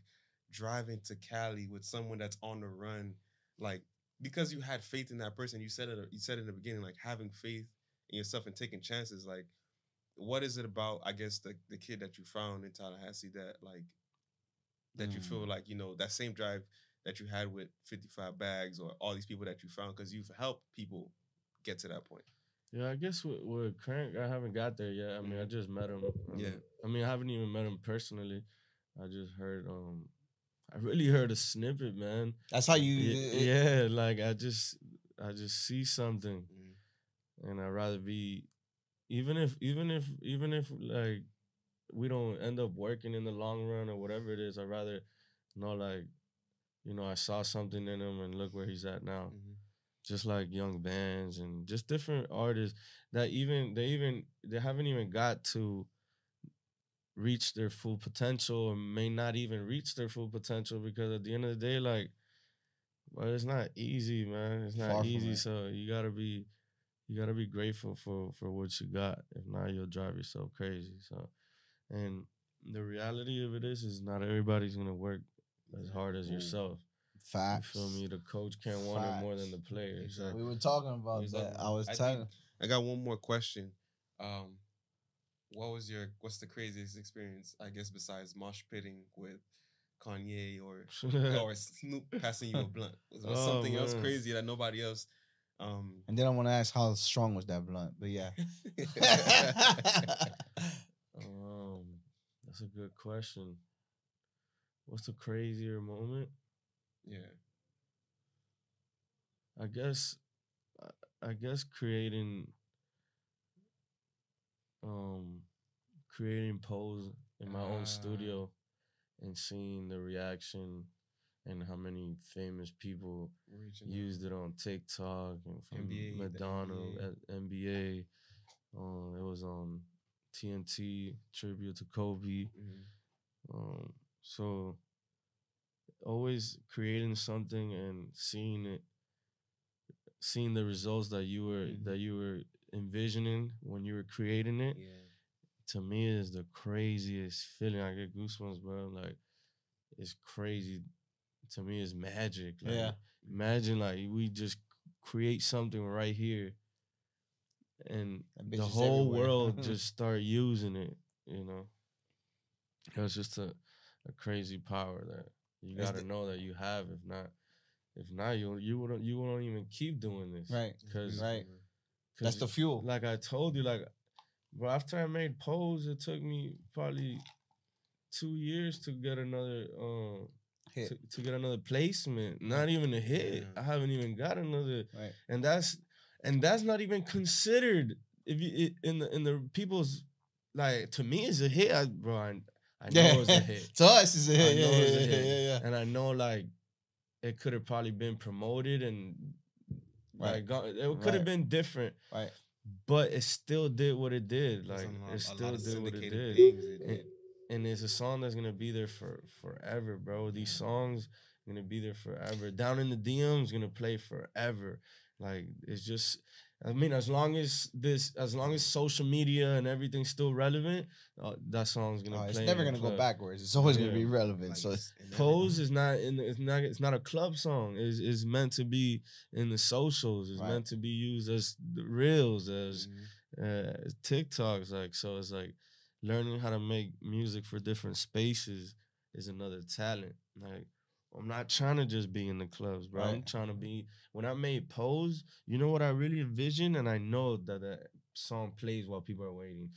[SPEAKER 1] driving to Cali with someone that's on the run, like because you had faith in that person. You said it. You said in the beginning, like having faith in yourself and taking chances. Like, what is it about? I guess the the kid that you found in Tallahassee that like that you
[SPEAKER 2] Mm.
[SPEAKER 1] feel like you know that same drive that you had with 55 bags or all these people that you found because you've helped people get to that point
[SPEAKER 3] Yeah, I guess with, with Crank, I haven't got there yet. I
[SPEAKER 2] Mm-hmm.
[SPEAKER 3] mean, I just met him. um,
[SPEAKER 1] Yeah.
[SPEAKER 3] I mean, I haven't even met him personally. I just heard, um, I really heard a snippet, man.
[SPEAKER 2] That's how you.
[SPEAKER 3] Ye-
[SPEAKER 2] yeah.
[SPEAKER 3] yeah, like I just, I just see something, and I'd rather be, even if, even if, even if like we don't end up working in the long run or whatever it is, I'd rather know like, you know, I saw something in him and look where he's at now just like young bands and just different artists that even they even they haven't even got to reach their full potential or may not even reach their full potential because at the end of the day like but it's not easy man it's not
[SPEAKER 2] Far from
[SPEAKER 3] easy
[SPEAKER 2] it.
[SPEAKER 3] so you gotta be you gotta be grateful for for what you got if not you'll drive yourself crazy so and the reality of it is is not everybody's gonna work as hard as
[SPEAKER 2] Ooh.
[SPEAKER 3] yourself you
[SPEAKER 2] Facts.
[SPEAKER 3] feel me the coach can't want it more than the
[SPEAKER 2] Facts.
[SPEAKER 3] player
[SPEAKER 1] Exactly.
[SPEAKER 2] We were talking about
[SPEAKER 1] We was
[SPEAKER 2] that.
[SPEAKER 1] talking-
[SPEAKER 2] I was
[SPEAKER 1] I think-
[SPEAKER 2] telling.
[SPEAKER 1] i got one more question um what was your what's the craziest experience i guess besides mosh pitting with kanye or or snoop passing you a blunt was there
[SPEAKER 3] Oh,
[SPEAKER 1] something else
[SPEAKER 3] man.
[SPEAKER 1] crazy that nobody else um
[SPEAKER 2] And then I want to ask how strong was that blunt, but yeah.
[SPEAKER 3] um, that's a good question. What's the crazier moment?
[SPEAKER 1] yeah
[SPEAKER 3] I guess, I- I guess creating, um, creating pose in my
[SPEAKER 1] Ah.
[SPEAKER 3] own studio, and seeing the reaction, and how many famous people
[SPEAKER 1] reaching out.
[SPEAKER 3] used it on TikTok and from
[SPEAKER 1] NBA, the
[SPEAKER 3] Madonna,
[SPEAKER 1] NBA.
[SPEAKER 3] at NBA. Um, it was on TNT tribute to Kobe.
[SPEAKER 1] Mhm.
[SPEAKER 3] Um, so always creating something and seeing it, seeing the results that you were
[SPEAKER 1] Mhm.
[SPEAKER 3] that you were envisioning when you were creating it.
[SPEAKER 1] yeah
[SPEAKER 3] To me, is the craziest feeling. I get goosebumps, bro. Like it's crazy. To me, it's magic. Like,
[SPEAKER 2] Yeah.
[SPEAKER 3] Imagine like we just create something right here, and
[SPEAKER 2] That bitch
[SPEAKER 3] the
[SPEAKER 2] is
[SPEAKER 3] whole
[SPEAKER 2] everywhere.
[SPEAKER 3] world just start using it, you know. It was just a, a crazy power that you
[SPEAKER 2] It's
[SPEAKER 3] gotta
[SPEAKER 2] the-
[SPEAKER 3] know that you have. If not, if not, you you wouldn't you wouldn't even keep doing this,
[SPEAKER 2] right.
[SPEAKER 3] Because
[SPEAKER 2] Right. That's the fuel.
[SPEAKER 3] like I told you, like, bro. After I made pose, it took me probably two years to get another um
[SPEAKER 2] Hit.
[SPEAKER 3] to, to get another placement. Not even a hit.
[SPEAKER 1] Yeah.
[SPEAKER 3] I haven't even got another
[SPEAKER 2] Right.
[SPEAKER 3] and that's and that's not even considered if you i- in the in the people's like to me it's a hit I, bro I, I know it's a hit
[SPEAKER 2] to us, it's a
[SPEAKER 3] I
[SPEAKER 2] hit.
[SPEAKER 3] know
[SPEAKER 2] Yeah,
[SPEAKER 3] it's a
[SPEAKER 2] yeah, yeah,
[SPEAKER 3] hit.
[SPEAKER 2] yeah, yeah.
[SPEAKER 3] and I know like it could have probably been promoted and
[SPEAKER 2] Right.
[SPEAKER 3] like gone, it could have
[SPEAKER 2] Right.
[SPEAKER 3] been different
[SPEAKER 2] Right.
[SPEAKER 3] but it still did what it did
[SPEAKER 1] There's
[SPEAKER 3] like
[SPEAKER 1] a lot-
[SPEAKER 3] it
[SPEAKER 1] a lot
[SPEAKER 3] still
[SPEAKER 1] of
[SPEAKER 3] did what it
[SPEAKER 1] syndicated
[SPEAKER 3] did
[SPEAKER 1] things it
[SPEAKER 3] and, and it's a song that's gonna be there for forever, bro. These
[SPEAKER 1] Yeah.
[SPEAKER 3] songs gonna be there forever. Down in the DMs gonna play forever. Like it's just, I mean, as long as this, as long as social media and everything's still relevant, uh, that song's gonna
[SPEAKER 2] Oh,
[SPEAKER 3] play.
[SPEAKER 2] it's
[SPEAKER 3] in
[SPEAKER 2] never
[SPEAKER 3] the
[SPEAKER 2] gonna go
[SPEAKER 3] club.
[SPEAKER 2] backwards. It's always gonna
[SPEAKER 3] Yeah.
[SPEAKER 2] be
[SPEAKER 1] Like,
[SPEAKER 2] relevant. So
[SPEAKER 1] it's in
[SPEAKER 3] Pose is not in. The, it's not. It's not a club song. It's, it's meant to be in the socials. It's
[SPEAKER 2] Right. Mm-hmm.
[SPEAKER 3] meant to be used as the reels, as
[SPEAKER 1] everything. Mhm.
[SPEAKER 3] uh, TikToks. Like so, it's like learning how to make music for different spaces is another talent. Like I'm not trying to just be in the clubs, bro. I'm
[SPEAKER 2] Right.
[SPEAKER 3] trying to be. When I made Pose, you know what I really envision, and I know that that song plays while people are waiting,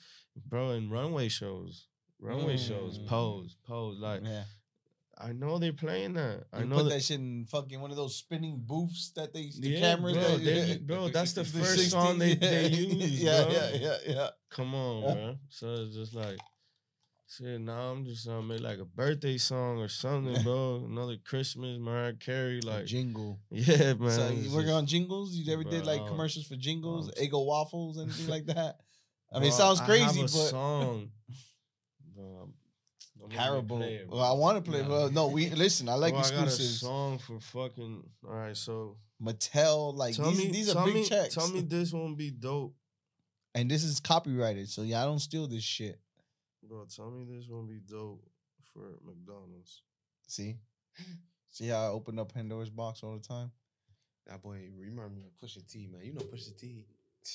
[SPEAKER 3] bro. In runway shows, runway shows,
[SPEAKER 2] Mm.
[SPEAKER 3] Pose, Pose. Like
[SPEAKER 2] yeah,
[SPEAKER 3] I know they're playing that. I
[SPEAKER 2] you
[SPEAKER 3] know
[SPEAKER 2] put
[SPEAKER 3] that.
[SPEAKER 2] that, shit in fucking one of those spinning booths that they the
[SPEAKER 3] yeah,
[SPEAKER 2] cameras.
[SPEAKER 3] bro,
[SPEAKER 2] that,
[SPEAKER 3] they-
[SPEAKER 2] yeah.
[SPEAKER 3] bro,
[SPEAKER 1] The
[SPEAKER 3] that's the
[SPEAKER 1] 360,
[SPEAKER 3] first song they, they
[SPEAKER 2] 360,
[SPEAKER 3] use.
[SPEAKER 2] Yeah,
[SPEAKER 3] bro.
[SPEAKER 2] yeah, yeah, yeah.
[SPEAKER 3] Come on,
[SPEAKER 2] Yeah.
[SPEAKER 3] bro. So it's just like, shit. Now I'm just gonna make like a birthday song or something, bro. Another Christmas, Mariah Carey,
[SPEAKER 2] A
[SPEAKER 3] like,
[SPEAKER 2] jingle.
[SPEAKER 3] yeah, man.
[SPEAKER 2] so
[SPEAKER 3] it's
[SPEAKER 2] you working
[SPEAKER 3] just-
[SPEAKER 2] on jingles? You ever did
[SPEAKER 3] Bro,
[SPEAKER 2] like
[SPEAKER 3] um,
[SPEAKER 2] commercials for jingles,
[SPEAKER 3] um,
[SPEAKER 2] Eggo waffles, anything like that? I mean,
[SPEAKER 3] Bro,
[SPEAKER 2] it sounds
[SPEAKER 3] have
[SPEAKER 2] crazy,
[SPEAKER 3] a
[SPEAKER 2] but
[SPEAKER 3] song. bro, I'm not gonna
[SPEAKER 2] Haribo.
[SPEAKER 3] play it,
[SPEAKER 2] well, I want to play.
[SPEAKER 3] Nah.
[SPEAKER 2] Well, no, we listen. I like
[SPEAKER 3] Bro, I got a
[SPEAKER 2] exclusives.
[SPEAKER 3] song for fucking. All right, so
[SPEAKER 2] Mattel, like
[SPEAKER 3] tell
[SPEAKER 2] these,
[SPEAKER 3] me,
[SPEAKER 2] these are
[SPEAKER 3] tell
[SPEAKER 2] big
[SPEAKER 3] me,
[SPEAKER 2] checks.
[SPEAKER 3] Tell me this won't be dope,
[SPEAKER 2] And this is copyrighted, so y'all don't steal this shit.
[SPEAKER 3] bro. Tell me this won't be dope for McDonald's.
[SPEAKER 2] See, see how I open up Pandora's box all the time.
[SPEAKER 1] That boy remind me of Pusha T, man. You know Pusha T.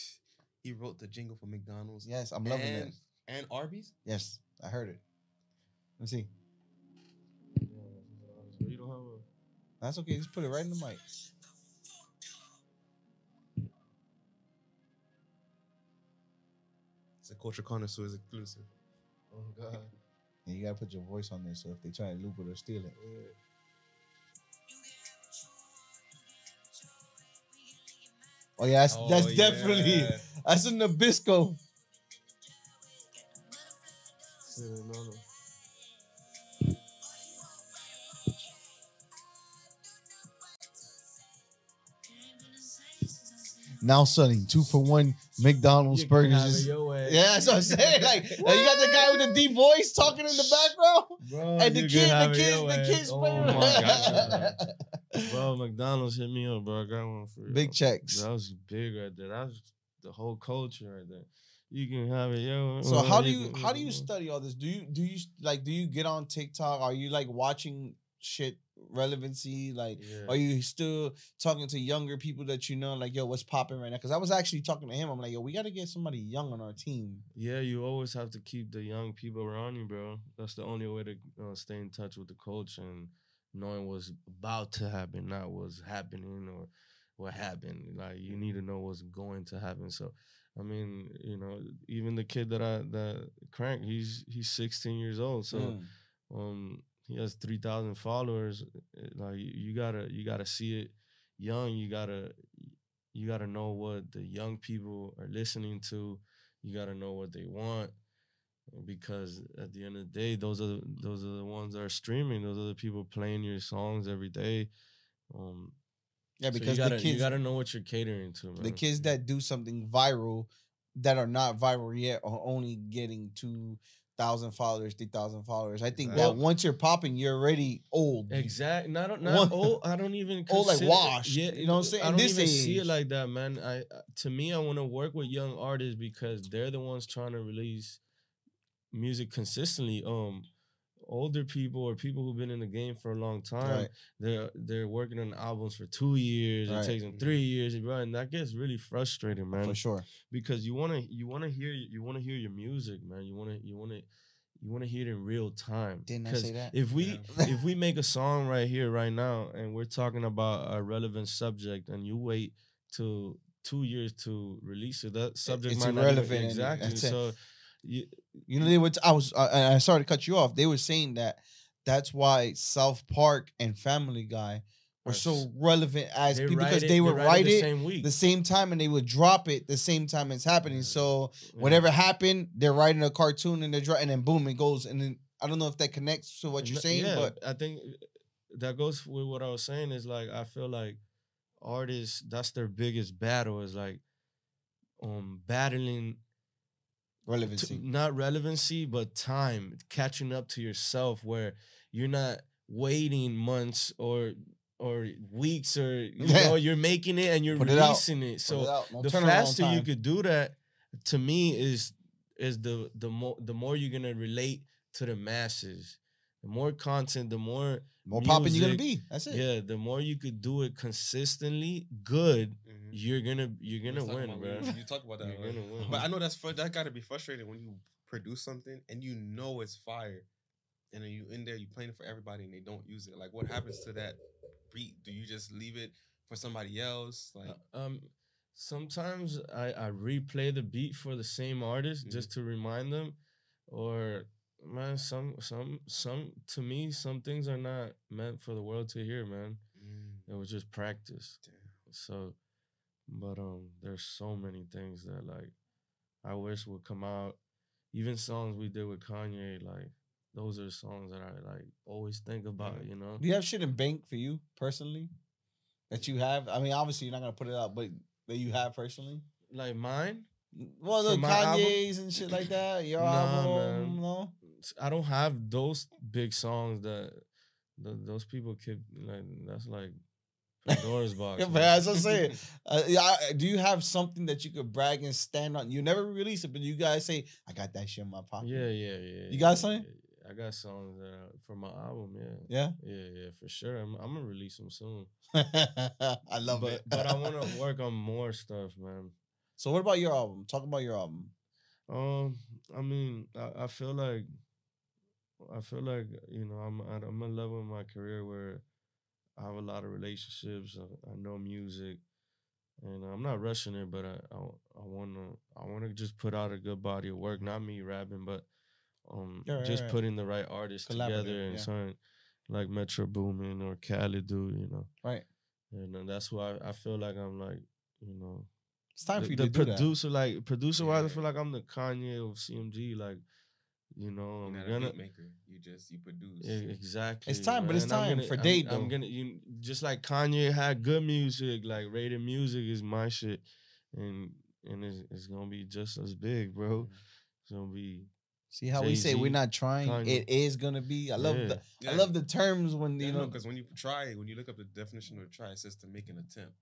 [SPEAKER 1] He wrote the jingle for McDonald's
[SPEAKER 2] Yes, I'm loving
[SPEAKER 1] and,
[SPEAKER 2] it.
[SPEAKER 1] and Arby's.
[SPEAKER 2] Yes, I heard it. Let's see.
[SPEAKER 3] Yeah, McDonald's, but you don't have a.
[SPEAKER 2] That's okay. Just put it right in the mic.
[SPEAKER 1] It's a culture connoisseur exclusive.
[SPEAKER 3] Oh God.
[SPEAKER 2] And you gotta put your voice on there, so if they try to loop it or steal it,
[SPEAKER 3] Yeah.
[SPEAKER 2] oh yeah, that's, that's
[SPEAKER 1] Oh,
[SPEAKER 2] definitely
[SPEAKER 1] yeah.
[SPEAKER 2] that's a Nabisco.
[SPEAKER 3] Sit another.
[SPEAKER 2] Now, Sonny, two for one McDonald's
[SPEAKER 3] You can
[SPEAKER 2] burgers.
[SPEAKER 3] have it
[SPEAKER 2] is-
[SPEAKER 3] your way.
[SPEAKER 2] yeah, that's what I'm saying. Like, like, you got the guy with the deep voice talking in the background,
[SPEAKER 3] Bro,
[SPEAKER 2] and the
[SPEAKER 3] Oh, you can
[SPEAKER 2] kid, the
[SPEAKER 3] have it
[SPEAKER 2] kids,
[SPEAKER 3] your
[SPEAKER 2] the
[SPEAKER 3] way.
[SPEAKER 2] kids.
[SPEAKER 3] Oh
[SPEAKER 2] playing-
[SPEAKER 3] my God. Bro, McDonald's hit me up, bro. I got one for you.
[SPEAKER 2] Big checks.
[SPEAKER 3] That was big right there. That was the whole culture right there. You can have it, yo.
[SPEAKER 2] So
[SPEAKER 3] or
[SPEAKER 2] how do you
[SPEAKER 3] can-
[SPEAKER 2] how do you study all this? Do you do you like do you get on TikTok? Are you like watching shit relevancy? Like
[SPEAKER 3] Yeah.
[SPEAKER 2] are you still talking to younger people that you know? Like yo, what's popping right now? Because I was actually talking to him. I'm like yo, we got to get somebody young on our team.
[SPEAKER 3] yeah, you always have to keep the young people around you, bro. That's the only way to uh, stay in touch with the culture and knowing what's about to happen, not what's happening or what happened. Like you need to know what's going to happen. So, I mean, you know, even the kid that I that crank, he's he's 16 years old. So.
[SPEAKER 2] Mm.
[SPEAKER 3] um he has 3000 followers eh, like you, you gotta you gotta see it young you gotta you gotta know what the young people are listening to you gotta know what they want because at the end of the day those are the- those are the ones that are streaming those are the people playing your songs every day um
[SPEAKER 2] yeah,
[SPEAKER 3] so you
[SPEAKER 2] because
[SPEAKER 3] gotta-
[SPEAKER 2] the
[SPEAKER 3] you
[SPEAKER 2] kids
[SPEAKER 3] gotta know what you're catering to man.
[SPEAKER 2] the kids that do something viral that are not viral yet are only getting two thousand followers, three thousand followers. I think that
[SPEAKER 3] Well-
[SPEAKER 2] once you're popping, you're already old.
[SPEAKER 3] Exactly. Not
[SPEAKER 2] One-
[SPEAKER 3] not old. I don't even
[SPEAKER 2] Old, like,
[SPEAKER 3] consider-
[SPEAKER 2] washed,
[SPEAKER 3] Yeah,
[SPEAKER 2] you know what I'm saying?
[SPEAKER 3] I don't
[SPEAKER 2] This
[SPEAKER 3] even see
[SPEAKER 2] age.
[SPEAKER 3] it like that, man. I I- to me, I want to work with young artists because they're the ones trying to release music consistently. Um, older people or people who've been in the game for a long time,
[SPEAKER 2] Right.
[SPEAKER 3] they're they're working on albums for two years.
[SPEAKER 2] Right. Mm-hmm.
[SPEAKER 3] It takes them three years, and bro, and that gets really frustrating, man
[SPEAKER 2] For sure.
[SPEAKER 3] because you want to you want to hear you want to hear your music man you want to you want to you want to hear it in real time
[SPEAKER 2] Didn't I
[SPEAKER 3] 'Cause
[SPEAKER 2] say that?
[SPEAKER 3] if we
[SPEAKER 1] Yeah.
[SPEAKER 3] if we make a song right here right now and we're talking about a relevant subject and you wait till two years to release it that subject
[SPEAKER 2] it's
[SPEAKER 3] might not even-
[SPEAKER 2] irrelevant and-
[SPEAKER 3] exactly
[SPEAKER 2] that's it.
[SPEAKER 3] so you,
[SPEAKER 2] You know, they were. I was. I, I sorry to cut you off. They were saying that that's why South Park and Family Guy were
[SPEAKER 3] Are s-
[SPEAKER 2] so relevant as people
[SPEAKER 3] write
[SPEAKER 2] because
[SPEAKER 3] it-
[SPEAKER 2] they would
[SPEAKER 3] it
[SPEAKER 2] write
[SPEAKER 3] the
[SPEAKER 2] it
[SPEAKER 3] same week
[SPEAKER 2] the same time and they would drop it the same time it's happening.
[SPEAKER 3] Yeah.
[SPEAKER 2] So
[SPEAKER 3] Yeah.
[SPEAKER 2] whatever happened, they're writing a cartoon and they're drawing, and then boom, it goes. And then I don't know if that connects to what you're
[SPEAKER 3] No-
[SPEAKER 2] saying,
[SPEAKER 3] uh, yeah,
[SPEAKER 2] but
[SPEAKER 3] I think that goes with what I was saying is like I feel like artists that's their biggest battle is like um battling t-
[SPEAKER 2] relevancy.
[SPEAKER 3] not relevancy but time catching up to yourself where you're not waiting months or or weeks or you
[SPEAKER 2] Yeah.
[SPEAKER 3] know you're making it and you're
[SPEAKER 2] Put it out.
[SPEAKER 3] releasing it,
[SPEAKER 2] Put it
[SPEAKER 3] so
[SPEAKER 2] out, no
[SPEAKER 3] the
[SPEAKER 2] turnaround
[SPEAKER 3] faster you
[SPEAKER 2] time.
[SPEAKER 3] could do that to me is is the the more the more you're gonna relate to the masses the more content the more
[SPEAKER 2] more popping you're gonna
[SPEAKER 3] music,
[SPEAKER 2] be. That's it.
[SPEAKER 3] yeah the more you could do it consistently good
[SPEAKER 1] Mhm.
[SPEAKER 3] you're gonna you're
[SPEAKER 1] Let's
[SPEAKER 3] gonna
[SPEAKER 1] talk
[SPEAKER 3] win
[SPEAKER 1] about-
[SPEAKER 3] bro
[SPEAKER 1] You, you talk about that.
[SPEAKER 3] you're
[SPEAKER 1] right?
[SPEAKER 3] gonna win
[SPEAKER 1] But I know that's fr- that gotta be frustrating when you produce something and you know it's fire, and then you in there you playing it for everybody and they don't use it. Like what happens to that beat? Do you just leave it for somebody else? Like
[SPEAKER 3] Uh, um sometimes I, I replay the beat for the same artist
[SPEAKER 1] Mhm.
[SPEAKER 3] just to remind them or man some some some to me some things are not meant for the world to hear man
[SPEAKER 1] mm,
[SPEAKER 3] it was just practice so but um there's so many things that like I wish would come out even songs we did with Kanye like those are songs that I like always think about you know
[SPEAKER 2] Do you have shit in bank for you personally that you have? I mean, obviously you're not gonna put it out, but that you have personally.
[SPEAKER 3] like mine
[SPEAKER 2] Well,
[SPEAKER 3] For
[SPEAKER 2] the
[SPEAKER 3] my album?
[SPEAKER 2] Kanye's and shit like that. Your
[SPEAKER 3] Nah,
[SPEAKER 2] album,
[SPEAKER 3] man.
[SPEAKER 2] no.
[SPEAKER 3] don't I don't have those big songs that th- those people keep like that's like Pandora's box.
[SPEAKER 2] Yeah,
[SPEAKER 3] man.
[SPEAKER 2] but as I say, uh, yeah, I- do you have something that you could brag and stand on? You never release it, but you guys say, "I got that shit in my pocket."
[SPEAKER 3] yeah, yeah, yeah.
[SPEAKER 2] You got
[SPEAKER 3] yeah,
[SPEAKER 2] something?
[SPEAKER 3] yeah, yeah. I got songs that are for my album. Yeah,
[SPEAKER 2] yeah.
[SPEAKER 3] yeah, yeah, for sure. I'm, I'm gonna release them soon.
[SPEAKER 2] I love
[SPEAKER 3] but
[SPEAKER 2] it.
[SPEAKER 3] but I want to work on more stuff, man.
[SPEAKER 2] So what about your album? Talk about your album.
[SPEAKER 3] Um, I mean, I, I feel like I feel like you know I'm at, I'm at a level in my career where I have a lot of relationships. I, I know music, and I'm not rushing it, but I I, I wanna I wanna just put out a good body of work. Not me rapping, but um,
[SPEAKER 2] Yeah, right,
[SPEAKER 3] just
[SPEAKER 2] right.
[SPEAKER 3] putting the right artists together
[SPEAKER 2] Collaborative,
[SPEAKER 3] and
[SPEAKER 2] yeah.
[SPEAKER 3] something like Metro Boomin or Khaled do, you know.
[SPEAKER 2] Right.
[SPEAKER 3] And then that's why I, I feel like I'm like you know
[SPEAKER 2] It's time
[SPEAKER 3] the,
[SPEAKER 2] for you
[SPEAKER 3] the
[SPEAKER 2] to do that.
[SPEAKER 3] producer, like producer wise, I
[SPEAKER 1] Yeah.
[SPEAKER 3] feel like I'm the Kanye of CMG. Like, you know, I'm
[SPEAKER 1] You're not a
[SPEAKER 3] gonna
[SPEAKER 1] beat maker. You just you produce.
[SPEAKER 3] E- exactly.
[SPEAKER 2] time, but it's
[SPEAKER 3] man. I'm
[SPEAKER 2] time
[SPEAKER 3] gonna-
[SPEAKER 2] for
[SPEAKER 3] I'm-
[SPEAKER 2] Dade,
[SPEAKER 3] I'm,
[SPEAKER 2] though.
[SPEAKER 3] gonna you just like Kanye had good music. Like rated music is my shit, and and it's, it's gonna be just as big,
[SPEAKER 1] Mm.
[SPEAKER 3] bro. It's gonna be.
[SPEAKER 2] See how we say we're
[SPEAKER 3] Jay-Z,
[SPEAKER 2] not trying.
[SPEAKER 3] Kanye.
[SPEAKER 2] It is gonna be. I love
[SPEAKER 3] Yeah.
[SPEAKER 2] the.
[SPEAKER 1] Yeah.
[SPEAKER 2] I love the terms when
[SPEAKER 1] Yeah,
[SPEAKER 2] you
[SPEAKER 1] no,
[SPEAKER 2] know.
[SPEAKER 1] because when you try, when you look up the definition of try, it says to make an attempt.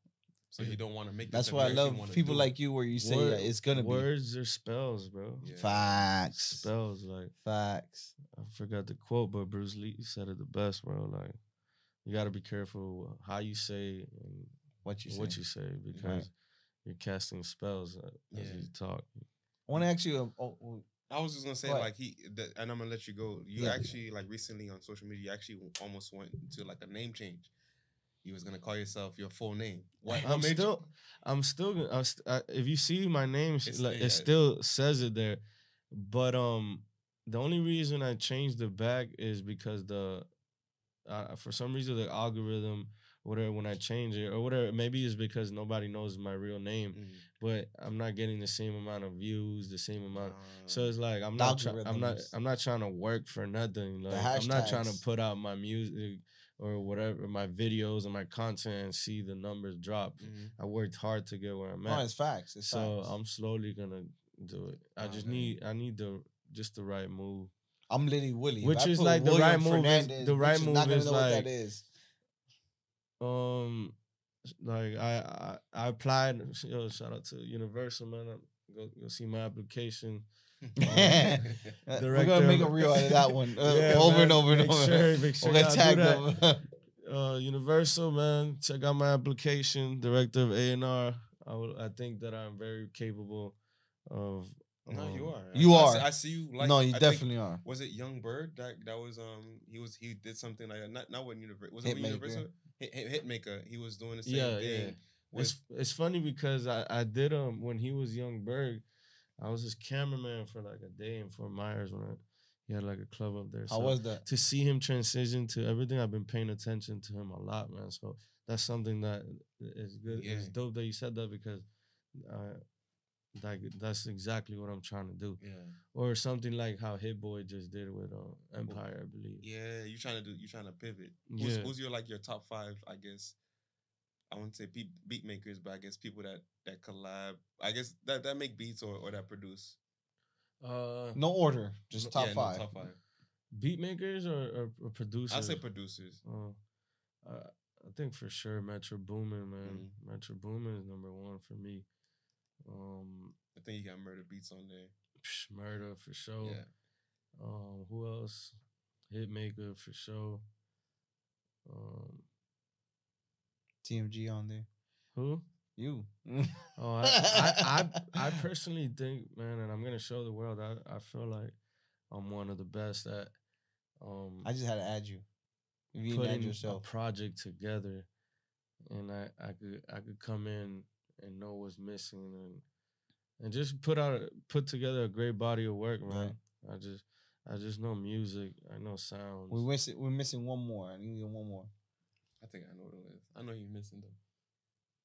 [SPEAKER 1] So you don't want to make. the
[SPEAKER 2] That's
[SPEAKER 1] attempt,
[SPEAKER 2] why I
[SPEAKER 1] you actually
[SPEAKER 2] love
[SPEAKER 1] wanna
[SPEAKER 2] people
[SPEAKER 1] do it.
[SPEAKER 2] like you, where you say
[SPEAKER 3] Word-
[SPEAKER 2] that it's gonna
[SPEAKER 3] words are spells, bro.
[SPEAKER 2] be
[SPEAKER 1] Yeah.
[SPEAKER 2] facts.
[SPEAKER 3] Spells like
[SPEAKER 2] Facts.
[SPEAKER 3] I forgot the quote, but Bruce Lee said it the best, bro. Like you got to be careful how you say and
[SPEAKER 2] What you say?
[SPEAKER 3] what you say because you're casting spells uh, as
[SPEAKER 1] Yeah.
[SPEAKER 3] you talk.
[SPEAKER 2] I want to ask you. Um, oh, oh,
[SPEAKER 1] I was just gonna say
[SPEAKER 2] Go ahead.
[SPEAKER 1] like he that, and I'm gonna let you go. You
[SPEAKER 2] Yeah.
[SPEAKER 1] actually like recently on social media, you actually almost went to like a name change. You was gonna call yourself your full name. What, what
[SPEAKER 3] I'm
[SPEAKER 1] made you-
[SPEAKER 3] still, I'm still, gonna- I'm st- I, if you see my name, it's
[SPEAKER 1] It's
[SPEAKER 3] like,
[SPEAKER 1] there.
[SPEAKER 3] it still says it there, but um, the only reason I changed the back is because the, uh, for some reason the algorithm, whatever, when I change it or whatever, maybe it's because nobody knows my real name,
[SPEAKER 1] Mm.
[SPEAKER 3] but I'm not getting the same amount of views, the same amount. So
[SPEAKER 1] Uh,
[SPEAKER 3] it's like I'm not try- I'm not
[SPEAKER 2] Mm. Algorithms.
[SPEAKER 3] I'm not trying to work for nothing. Like
[SPEAKER 2] The
[SPEAKER 3] I'm not trying to
[SPEAKER 2] hashtags.
[SPEAKER 3] put out my music or whatever my videos and my content and see the numbers drop.
[SPEAKER 1] mhm.
[SPEAKER 3] I worked hard to get where I'm
[SPEAKER 2] no,
[SPEAKER 3] at.
[SPEAKER 2] it's facts. It's
[SPEAKER 3] so um,
[SPEAKER 2] facts.
[SPEAKER 3] I'm slowly gonna do it. I just
[SPEAKER 1] Okay.
[SPEAKER 3] need I need the just the right move.
[SPEAKER 2] I'm Liddy Willie. If
[SPEAKER 3] Which
[SPEAKER 2] I
[SPEAKER 3] is
[SPEAKER 2] put
[SPEAKER 3] like the right move is- the
[SPEAKER 2] bitch
[SPEAKER 3] right
[SPEAKER 2] is
[SPEAKER 3] move
[SPEAKER 2] not gonna
[SPEAKER 3] is
[SPEAKER 2] know what
[SPEAKER 3] like-
[SPEAKER 2] that is.
[SPEAKER 3] Um like I I, I applied yo, shout out to Universal man. I, go go see my application.
[SPEAKER 2] Uh, We're
[SPEAKER 3] Director
[SPEAKER 2] gonna make a
[SPEAKER 3] of-
[SPEAKER 2] reel out of that one uh,
[SPEAKER 3] Yeah,
[SPEAKER 2] over
[SPEAKER 3] man.
[SPEAKER 2] and over and
[SPEAKER 3] Make
[SPEAKER 2] over.
[SPEAKER 3] sure- make sure
[SPEAKER 2] We're gonna
[SPEAKER 3] y'all do
[SPEAKER 2] tag
[SPEAKER 3] that.
[SPEAKER 2] them.
[SPEAKER 3] uh Universal, man. Check out my application, director of A and R. I will- I think that I'm very capable of.
[SPEAKER 1] no, you
[SPEAKER 3] um,
[SPEAKER 1] are.
[SPEAKER 2] You
[SPEAKER 1] I,
[SPEAKER 2] are.
[SPEAKER 1] I, see- I see you. Like,
[SPEAKER 2] no, you
[SPEAKER 1] I think-
[SPEAKER 2] definitely are.
[SPEAKER 1] was it Young Bird that that was um he was he did something like that. not not with universe was
[SPEAKER 2] Hitmaker.
[SPEAKER 1] it with Universal hit, hit, Hitmaker he was doing the same
[SPEAKER 3] Yeah,
[SPEAKER 1] thing
[SPEAKER 3] yeah.
[SPEAKER 1] with
[SPEAKER 3] It's it's funny because I I did um when he was young Berg, I was his cameraman for like a day in Fort Myers when I, he had like a club up there.
[SPEAKER 2] How was that?
[SPEAKER 3] to see him transition to everything. I've been paying attention to him a lot, man. So that's something that is good. It's
[SPEAKER 1] Yeah.
[SPEAKER 3] dope that you said that because, uh, like that's exactly what I'm trying to do.
[SPEAKER 1] yeah
[SPEAKER 3] or something like how Hit Boy just did with
[SPEAKER 1] Oh,
[SPEAKER 3] uh, Empire, I believe.
[SPEAKER 1] yeah you trying to do you trying to pivot who's,
[SPEAKER 3] Yeah.
[SPEAKER 1] who's your like your top five I guess I wouldn't say beat, beat makers but I guess people that that collab I guess that that make beats or, or that produce
[SPEAKER 3] Uh,
[SPEAKER 2] No order,
[SPEAKER 1] No-
[SPEAKER 2] just top
[SPEAKER 1] yeah, no,
[SPEAKER 2] five.
[SPEAKER 1] top five
[SPEAKER 3] beat makers or, or, or producers?
[SPEAKER 1] I say producers
[SPEAKER 3] Oh, uh, I think for sure Metro Boomin, man.
[SPEAKER 1] Mm-hmm.
[SPEAKER 3] Metro Boomin is number one for me. Um,
[SPEAKER 1] I think you got murder beats on there
[SPEAKER 3] psh, Murder for sure.
[SPEAKER 1] yeah
[SPEAKER 3] Um, who else? Hitmaker for sure. Um,
[SPEAKER 2] TMG on there.
[SPEAKER 3] who?
[SPEAKER 2] You.
[SPEAKER 3] Oh, I, I, I, I personally think, man, and I'm gonna show the world. I, I feel like I'm one of the best at. Um,
[SPEAKER 2] I just had to add you. If you didn't
[SPEAKER 3] putting
[SPEAKER 2] add
[SPEAKER 3] a
[SPEAKER 2] yourself.
[SPEAKER 3] project together, and I, I could I could come in and know what's missing and and just put out a, put together a great body of work, man. I just I just know music, I know sounds.
[SPEAKER 2] We miss, we're missing one more. I need one more.
[SPEAKER 1] I think I know what it is I know you're missing them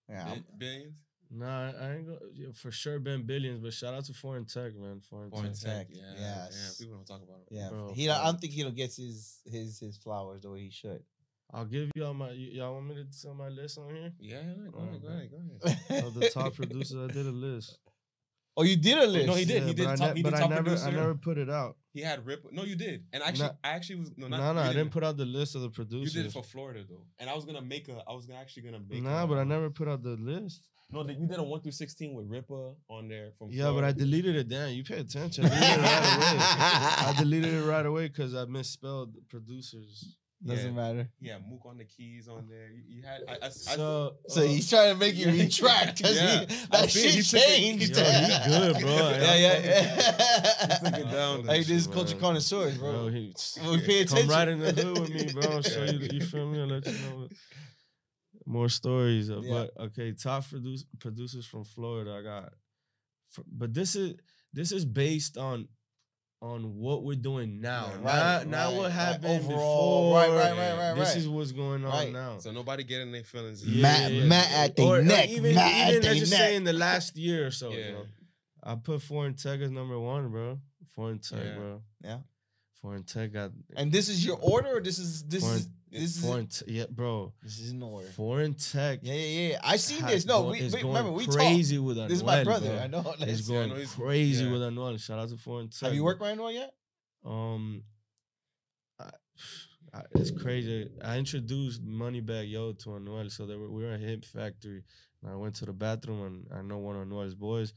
[SPEAKER 2] Yeah, I'm-
[SPEAKER 1] Bi- billions
[SPEAKER 3] nah, I ain't go, yeah, for sure been billions, but shout out to Foreign Tech, man. Foreign,
[SPEAKER 1] Born
[SPEAKER 3] Tech.
[SPEAKER 1] Tech,
[SPEAKER 2] Tech,
[SPEAKER 1] yeah,
[SPEAKER 2] yes.
[SPEAKER 1] yeah. People don't talk about it.
[SPEAKER 2] yeah.
[SPEAKER 3] Bro,
[SPEAKER 2] he, I don't
[SPEAKER 3] fuck.
[SPEAKER 2] think he'll get his his his flowers the way he should.
[SPEAKER 3] I'll give y'all my y- y'all want me to tell my list on here?
[SPEAKER 1] Yeah, yeah, go
[SPEAKER 3] Oh,
[SPEAKER 1] ahead, go
[SPEAKER 3] man.
[SPEAKER 1] ahead, go ahead.
[SPEAKER 3] Of the top producers, I did a list.
[SPEAKER 2] Oh, you did a list.
[SPEAKER 1] No, he did.
[SPEAKER 3] Yeah,
[SPEAKER 1] he did.
[SPEAKER 3] but I
[SPEAKER 1] Top,
[SPEAKER 3] ne-
[SPEAKER 1] he did
[SPEAKER 3] but I
[SPEAKER 1] top
[SPEAKER 3] never,
[SPEAKER 1] producer.
[SPEAKER 3] I never put it out.
[SPEAKER 1] He had Rip. No, you did. And actually,
[SPEAKER 3] Nah.
[SPEAKER 1] I actually was. No,
[SPEAKER 3] No,
[SPEAKER 1] not,
[SPEAKER 3] no,
[SPEAKER 1] you
[SPEAKER 3] I didn't put out the list of the producers.
[SPEAKER 1] You did it for Florida though, and I was gonna make a. I was gonna actually gonna make.
[SPEAKER 3] Nah,
[SPEAKER 1] a-
[SPEAKER 3] but I never put out the list.
[SPEAKER 1] No, that you did a one through sixteen with Ripper on there from.
[SPEAKER 3] Yeah, but I deleted it down. You pay attention. I deleted it right away. I deleted it right away because I misspelled producers.
[SPEAKER 2] Doesn't
[SPEAKER 1] Yeah.
[SPEAKER 2] matter.
[SPEAKER 1] Yeah, Mook on the keys on there. You, you had. I, I, I-
[SPEAKER 3] So,
[SPEAKER 2] So
[SPEAKER 3] uh,
[SPEAKER 2] he's trying to make you
[SPEAKER 1] yeah.
[SPEAKER 2] retract. 'cause he-
[SPEAKER 1] Yeah. I
[SPEAKER 2] that
[SPEAKER 1] see it. He took
[SPEAKER 2] shit
[SPEAKER 1] it- he
[SPEAKER 2] changed.
[SPEAKER 1] took it.
[SPEAKER 3] Yo, he good, bro.
[SPEAKER 2] Yeah, yeah.
[SPEAKER 1] He took
[SPEAKER 3] oh,
[SPEAKER 1] it down.
[SPEAKER 2] Hey, this is
[SPEAKER 3] Man.
[SPEAKER 2] culture connoisseurs,
[SPEAKER 3] Bro,
[SPEAKER 2] bro.
[SPEAKER 3] he,
[SPEAKER 2] We pay
[SPEAKER 3] come
[SPEAKER 2] attention.
[SPEAKER 3] right in the hood with me, bro. So you, you feel me? I'll let you know what- more stories. uh,
[SPEAKER 2] Yeah.
[SPEAKER 3] But okay, top produce, producers from Florida. I got, fr- but this is this is based on on what we're doing now.
[SPEAKER 1] Yeah, right,
[SPEAKER 3] not not
[SPEAKER 2] right,
[SPEAKER 3] what
[SPEAKER 2] right.
[SPEAKER 3] happened
[SPEAKER 2] Overall,
[SPEAKER 3] before.
[SPEAKER 2] right, right, right, right,
[SPEAKER 3] This
[SPEAKER 2] right.
[SPEAKER 3] is what's going on
[SPEAKER 2] Right.
[SPEAKER 3] now.
[SPEAKER 1] so nobody getting their feelings.
[SPEAKER 3] Yeah,
[SPEAKER 2] Matt-
[SPEAKER 3] yeah,
[SPEAKER 2] Matt
[SPEAKER 3] yeah.
[SPEAKER 2] at they
[SPEAKER 3] Or- or
[SPEAKER 2] neck,
[SPEAKER 3] Even,
[SPEAKER 2] Matt at
[SPEAKER 3] even
[SPEAKER 2] they
[SPEAKER 3] let's just
[SPEAKER 2] neck.
[SPEAKER 3] say in the last year or so. you
[SPEAKER 1] Yeah.
[SPEAKER 3] know. I put Foreign Tech as number one, bro. Foreign Tech,
[SPEAKER 1] Yeah.
[SPEAKER 3] bro.
[SPEAKER 2] Yeah.
[SPEAKER 3] Foreign Tech got.
[SPEAKER 2] And this is your order, or this is this is
[SPEAKER 3] Foreign-
[SPEAKER 2] this is
[SPEAKER 3] Foreign Tech, yeah, bro.
[SPEAKER 2] this is an order.
[SPEAKER 3] Foreign Tech.
[SPEAKER 2] Yeah, yeah, yeah. I seen
[SPEAKER 3] ha-
[SPEAKER 2] this. No,
[SPEAKER 3] go-
[SPEAKER 2] we,
[SPEAKER 3] is
[SPEAKER 2] we
[SPEAKER 3] going
[SPEAKER 2] remember we talked.
[SPEAKER 3] crazy with Anuel.
[SPEAKER 2] This is my brother.
[SPEAKER 3] bro.
[SPEAKER 2] I know.
[SPEAKER 3] It's
[SPEAKER 1] Yeah, I
[SPEAKER 3] going
[SPEAKER 1] know he's-
[SPEAKER 3] crazy
[SPEAKER 1] yeah.
[SPEAKER 3] with Anuel. Shout out to Foreign Tech.
[SPEAKER 2] Have you worked with Anuel yet?
[SPEAKER 3] Um, I, I, it's crazy. I introduced Moneybag Yo to Anuel, so they were, we were at Hip Factory, and I went to the bathroom, and I know one of Anuel's boys.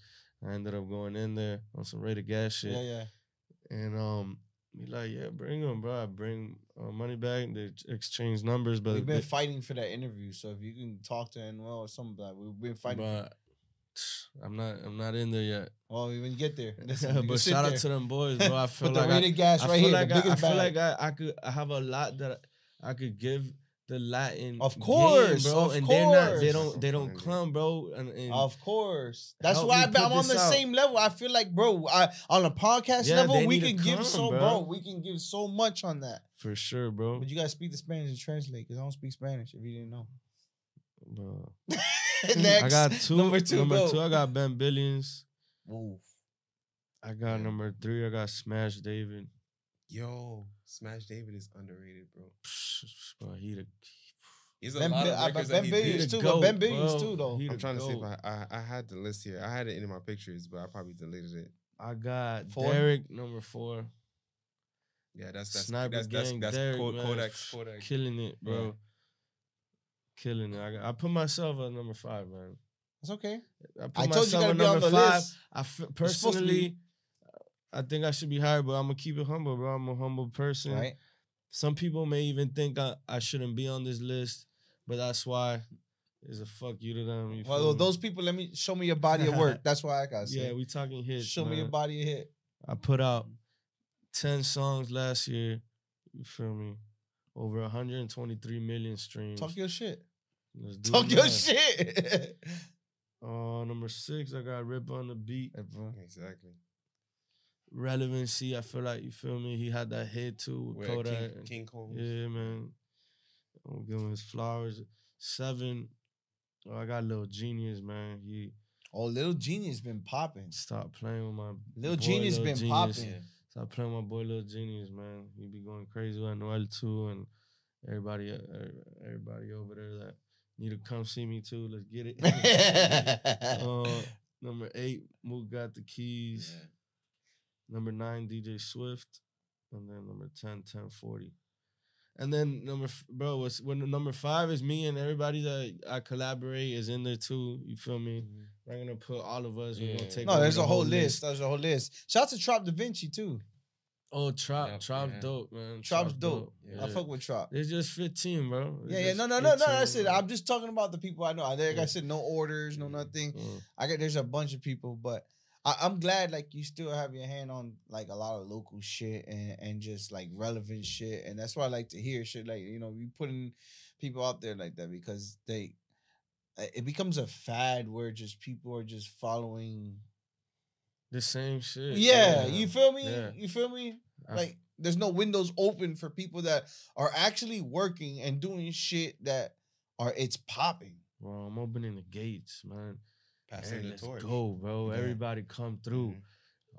[SPEAKER 3] I ended up going in there on some rated gas shit,
[SPEAKER 2] Yeah, yeah.
[SPEAKER 3] and um, he like, yeah, bring him, bro. I bring uh, Moneybag. They ex- exchange numbers, but
[SPEAKER 2] We've
[SPEAKER 3] they-
[SPEAKER 2] been fighting for that interview. So if you can talk to Anuel or something, like that, we've been fighting. for-
[SPEAKER 3] but I'm not, I'm not in there yet.
[SPEAKER 2] Well, Oh, we when you get there,
[SPEAKER 3] but
[SPEAKER 2] listen, you can
[SPEAKER 3] shout
[SPEAKER 2] sit
[SPEAKER 3] out
[SPEAKER 2] there.
[SPEAKER 3] to them boys, bro. I feel
[SPEAKER 2] Put
[SPEAKER 3] like
[SPEAKER 2] the
[SPEAKER 3] I-
[SPEAKER 2] rated gas
[SPEAKER 3] I
[SPEAKER 2] right
[SPEAKER 3] feel
[SPEAKER 2] here.
[SPEAKER 3] like
[SPEAKER 2] the
[SPEAKER 3] I, I
[SPEAKER 2] biggest
[SPEAKER 3] feel
[SPEAKER 2] bag.
[SPEAKER 3] like I, I could I have a lot that I, I could give the Latin,
[SPEAKER 2] Of
[SPEAKER 3] game,
[SPEAKER 2] course,
[SPEAKER 3] bro,
[SPEAKER 2] of
[SPEAKER 3] and they're not they
[SPEAKER 2] course.
[SPEAKER 3] don't they don't
[SPEAKER 1] Definitely.
[SPEAKER 3] come, bro. And, and
[SPEAKER 2] Of course. That's
[SPEAKER 3] Help
[SPEAKER 2] why
[SPEAKER 3] me
[SPEAKER 2] I, am
[SPEAKER 3] put
[SPEAKER 2] on the
[SPEAKER 3] this out.
[SPEAKER 2] same level. I feel like, bro, I, on a podcast
[SPEAKER 3] Yeah,
[SPEAKER 2] level,
[SPEAKER 3] they
[SPEAKER 2] we
[SPEAKER 3] need to
[SPEAKER 2] can give
[SPEAKER 3] come,
[SPEAKER 2] so, bro.
[SPEAKER 3] bro.
[SPEAKER 2] we can give so much on that.
[SPEAKER 3] for sure, bro.
[SPEAKER 2] But you gotta speak the Spanish and translate because I don't speak Spanish. If you didn't know,
[SPEAKER 3] bro.
[SPEAKER 2] next,
[SPEAKER 3] I got two
[SPEAKER 2] number two, go.
[SPEAKER 3] I got Ben Billions.
[SPEAKER 2] Oof.
[SPEAKER 3] I got
[SPEAKER 1] Yeah.
[SPEAKER 3] number three. I got Smash David.
[SPEAKER 1] Yo, Smash David is underrated, bro.
[SPEAKER 3] Bro, he the,
[SPEAKER 1] He's a
[SPEAKER 2] Ben,
[SPEAKER 1] lot
[SPEAKER 2] Bi-
[SPEAKER 1] of
[SPEAKER 2] I,
[SPEAKER 1] records
[SPEAKER 2] but
[SPEAKER 1] that
[SPEAKER 2] ben
[SPEAKER 1] he
[SPEAKER 3] Billions
[SPEAKER 2] Billions
[SPEAKER 1] did.
[SPEAKER 3] the
[SPEAKER 2] too, but Ben
[SPEAKER 3] goat,
[SPEAKER 2] Billions
[SPEAKER 3] bro.
[SPEAKER 2] too though.
[SPEAKER 3] He-
[SPEAKER 1] I'm trying to see if
[SPEAKER 3] goat.
[SPEAKER 1] I, I I had the list here. I had it in my pictures, but I probably deleted it.
[SPEAKER 3] I got
[SPEAKER 2] Four.
[SPEAKER 3] Derek number four.
[SPEAKER 1] Yeah, that's that's
[SPEAKER 3] Sniper
[SPEAKER 1] that's that's,
[SPEAKER 3] Gang
[SPEAKER 1] that's
[SPEAKER 3] Derek,
[SPEAKER 1] Ko-
[SPEAKER 3] man.
[SPEAKER 1] Kodak Kodak.
[SPEAKER 3] killing it, bro. Killing it. I, got, I put myself at number five, man.
[SPEAKER 2] It's okay.
[SPEAKER 3] I, put
[SPEAKER 2] I told you
[SPEAKER 3] myself
[SPEAKER 2] gotta
[SPEAKER 3] at
[SPEAKER 2] be on
[SPEAKER 3] number
[SPEAKER 2] the
[SPEAKER 3] five.
[SPEAKER 2] list.
[SPEAKER 3] I f-
[SPEAKER 2] supposed to be-
[SPEAKER 3] personally, uh, I think I should be higher, but I'm gonna keep it humble, bro. I'm a humble person.
[SPEAKER 2] Right?
[SPEAKER 3] Some people may even think I, I shouldn't be on this list, but that's why it's a fuck you to them. You
[SPEAKER 2] Well,
[SPEAKER 3] feel me?
[SPEAKER 2] those people, let me show me your body of work. That's why I got
[SPEAKER 3] yeah,
[SPEAKER 2] say.
[SPEAKER 3] we talking hits.
[SPEAKER 2] show me your
[SPEAKER 3] man.
[SPEAKER 2] body of hit.
[SPEAKER 3] I put out ten songs last year. You feel me? Over 123 million streams.
[SPEAKER 2] Talk your shit.
[SPEAKER 3] Let's do the
[SPEAKER 2] Talk your
[SPEAKER 3] math.
[SPEAKER 2] shit.
[SPEAKER 3] Uh, number six, I got Rip on the beat.
[SPEAKER 1] Exactly.
[SPEAKER 3] Relevancy, I feel like you feel me. He had that hit too with
[SPEAKER 1] Where King,
[SPEAKER 3] Kodak.
[SPEAKER 1] King Combs.
[SPEAKER 3] Yeah, man. I'm giving his flowers. Seven. Oh, I got Lil Genius, man. He
[SPEAKER 2] oh, little genius been popping.
[SPEAKER 3] stopped playing with my
[SPEAKER 2] Lil
[SPEAKER 3] boy,
[SPEAKER 2] Genius
[SPEAKER 3] Lil
[SPEAKER 2] been
[SPEAKER 3] Genius.
[SPEAKER 2] popping.
[SPEAKER 3] Stop playing with my boy Lil Genius, man. He be going crazy with Noel too, and everybody, e- e- everybody over there that need to come see me too. Let's get it. uh, number eight, Mook got the keys.
[SPEAKER 1] Yeah.
[SPEAKER 3] Number nine, DJ Swift. And then number 10, 1040. And then number, f- bro, what's, when number five is me and everybody that I collaborate is in there too. You feel me? I'm going to put all of us. We're going
[SPEAKER 1] Mm-hmm. Yeah.
[SPEAKER 3] to take
[SPEAKER 2] no,
[SPEAKER 3] over
[SPEAKER 2] there's
[SPEAKER 3] the
[SPEAKER 2] a whole list. There's a whole list. Shout out to Trop Da Vinci too.
[SPEAKER 3] Oh, Trop,
[SPEAKER 1] Yep,
[SPEAKER 3] Trop
[SPEAKER 1] yeah.
[SPEAKER 3] dope, man.
[SPEAKER 2] Trop's dope.
[SPEAKER 3] Yeah.
[SPEAKER 2] I fuck with Trop.
[SPEAKER 3] It's just 15, bro. It's
[SPEAKER 2] Yeah, yeah,
[SPEAKER 3] just
[SPEAKER 2] no, no, no, no.
[SPEAKER 3] 15,
[SPEAKER 2] That's it.
[SPEAKER 3] bro.
[SPEAKER 2] I'm just talking about the people I know. I- Like I
[SPEAKER 3] Yeah.
[SPEAKER 2] said, no orders, no
[SPEAKER 3] Yeah.
[SPEAKER 2] nothing.
[SPEAKER 3] Oh,
[SPEAKER 2] I got there's a bunch of people, but I, I'm glad like you still have your hand on like a lot of local shit and, and just like relevant shit. And that's why I like to hear shit like you know you putting people out there like that because they uh, it becomes a fad where just people are just following.
[SPEAKER 3] the same shit.
[SPEAKER 2] Yeah, you feel me?
[SPEAKER 3] Yeah.
[SPEAKER 2] You feel me?
[SPEAKER 3] I-
[SPEAKER 2] like there's no windows open for people that are actually working and doing shit that are it's popping.
[SPEAKER 3] Bro, I'm opening the gates, man.
[SPEAKER 1] Passing
[SPEAKER 3] Hey,
[SPEAKER 1] the
[SPEAKER 3] let's
[SPEAKER 1] torch. Mm-hmm.
[SPEAKER 3] go, bro.
[SPEAKER 2] Yeah. Mm-hmm.
[SPEAKER 3] Everybody come through.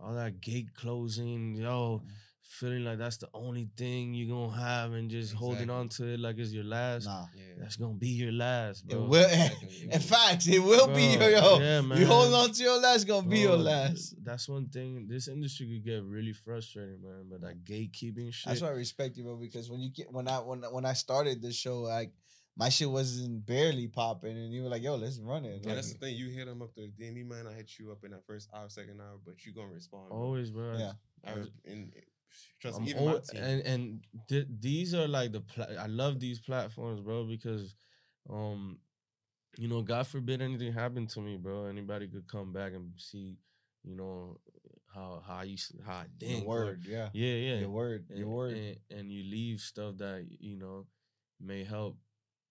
[SPEAKER 3] All that gate closing, yo. feeling like that's the only thing you're gonna have and just holding
[SPEAKER 1] Exactly.
[SPEAKER 3] on to it like it's your last.
[SPEAKER 2] Nah.
[SPEAKER 1] Yeah.
[SPEAKER 3] That's gonna be your last,
[SPEAKER 2] It
[SPEAKER 3] bro.
[SPEAKER 2] will.
[SPEAKER 1] Exactly.
[SPEAKER 2] In fact, it will be
[SPEAKER 3] Bro,
[SPEAKER 2] your. Yo,
[SPEAKER 3] yeah,
[SPEAKER 2] You hold
[SPEAKER 3] man. Oh,
[SPEAKER 2] on to your last, gonna be your
[SPEAKER 3] Bro,
[SPEAKER 2] last.
[SPEAKER 3] That's one thing. This industry could get really frustrating, man. But that gatekeeping shit.
[SPEAKER 2] That's why I respect you, bro. Because when you get when I when when I started this show, like my shit wasn't barely popping, and you were like, "Yo, let's run it."
[SPEAKER 1] And
[SPEAKER 2] Like,
[SPEAKER 1] that's the thing. You hit them up to DM me, man. I hit you up in that first hour, second hour, but you gonna respond. bro.
[SPEAKER 3] Always, bro.
[SPEAKER 2] Yeah.
[SPEAKER 1] I,
[SPEAKER 3] I-
[SPEAKER 1] and eh, trust
[SPEAKER 3] I'm
[SPEAKER 1] me, even my
[SPEAKER 3] al-
[SPEAKER 1] team.
[SPEAKER 3] and and th- these are like the pla- I love these platforms, bro, because um you know, God forbid anything happened to me, bro. Anybody could come back and see, you know, how how I used how I
[SPEAKER 2] your
[SPEAKER 3] did.
[SPEAKER 2] word, yeah.
[SPEAKER 3] Yeah, yeah.
[SPEAKER 2] Your word, your
[SPEAKER 3] and-
[SPEAKER 2] word.
[SPEAKER 3] And, and you leave stuff that, you know, may help.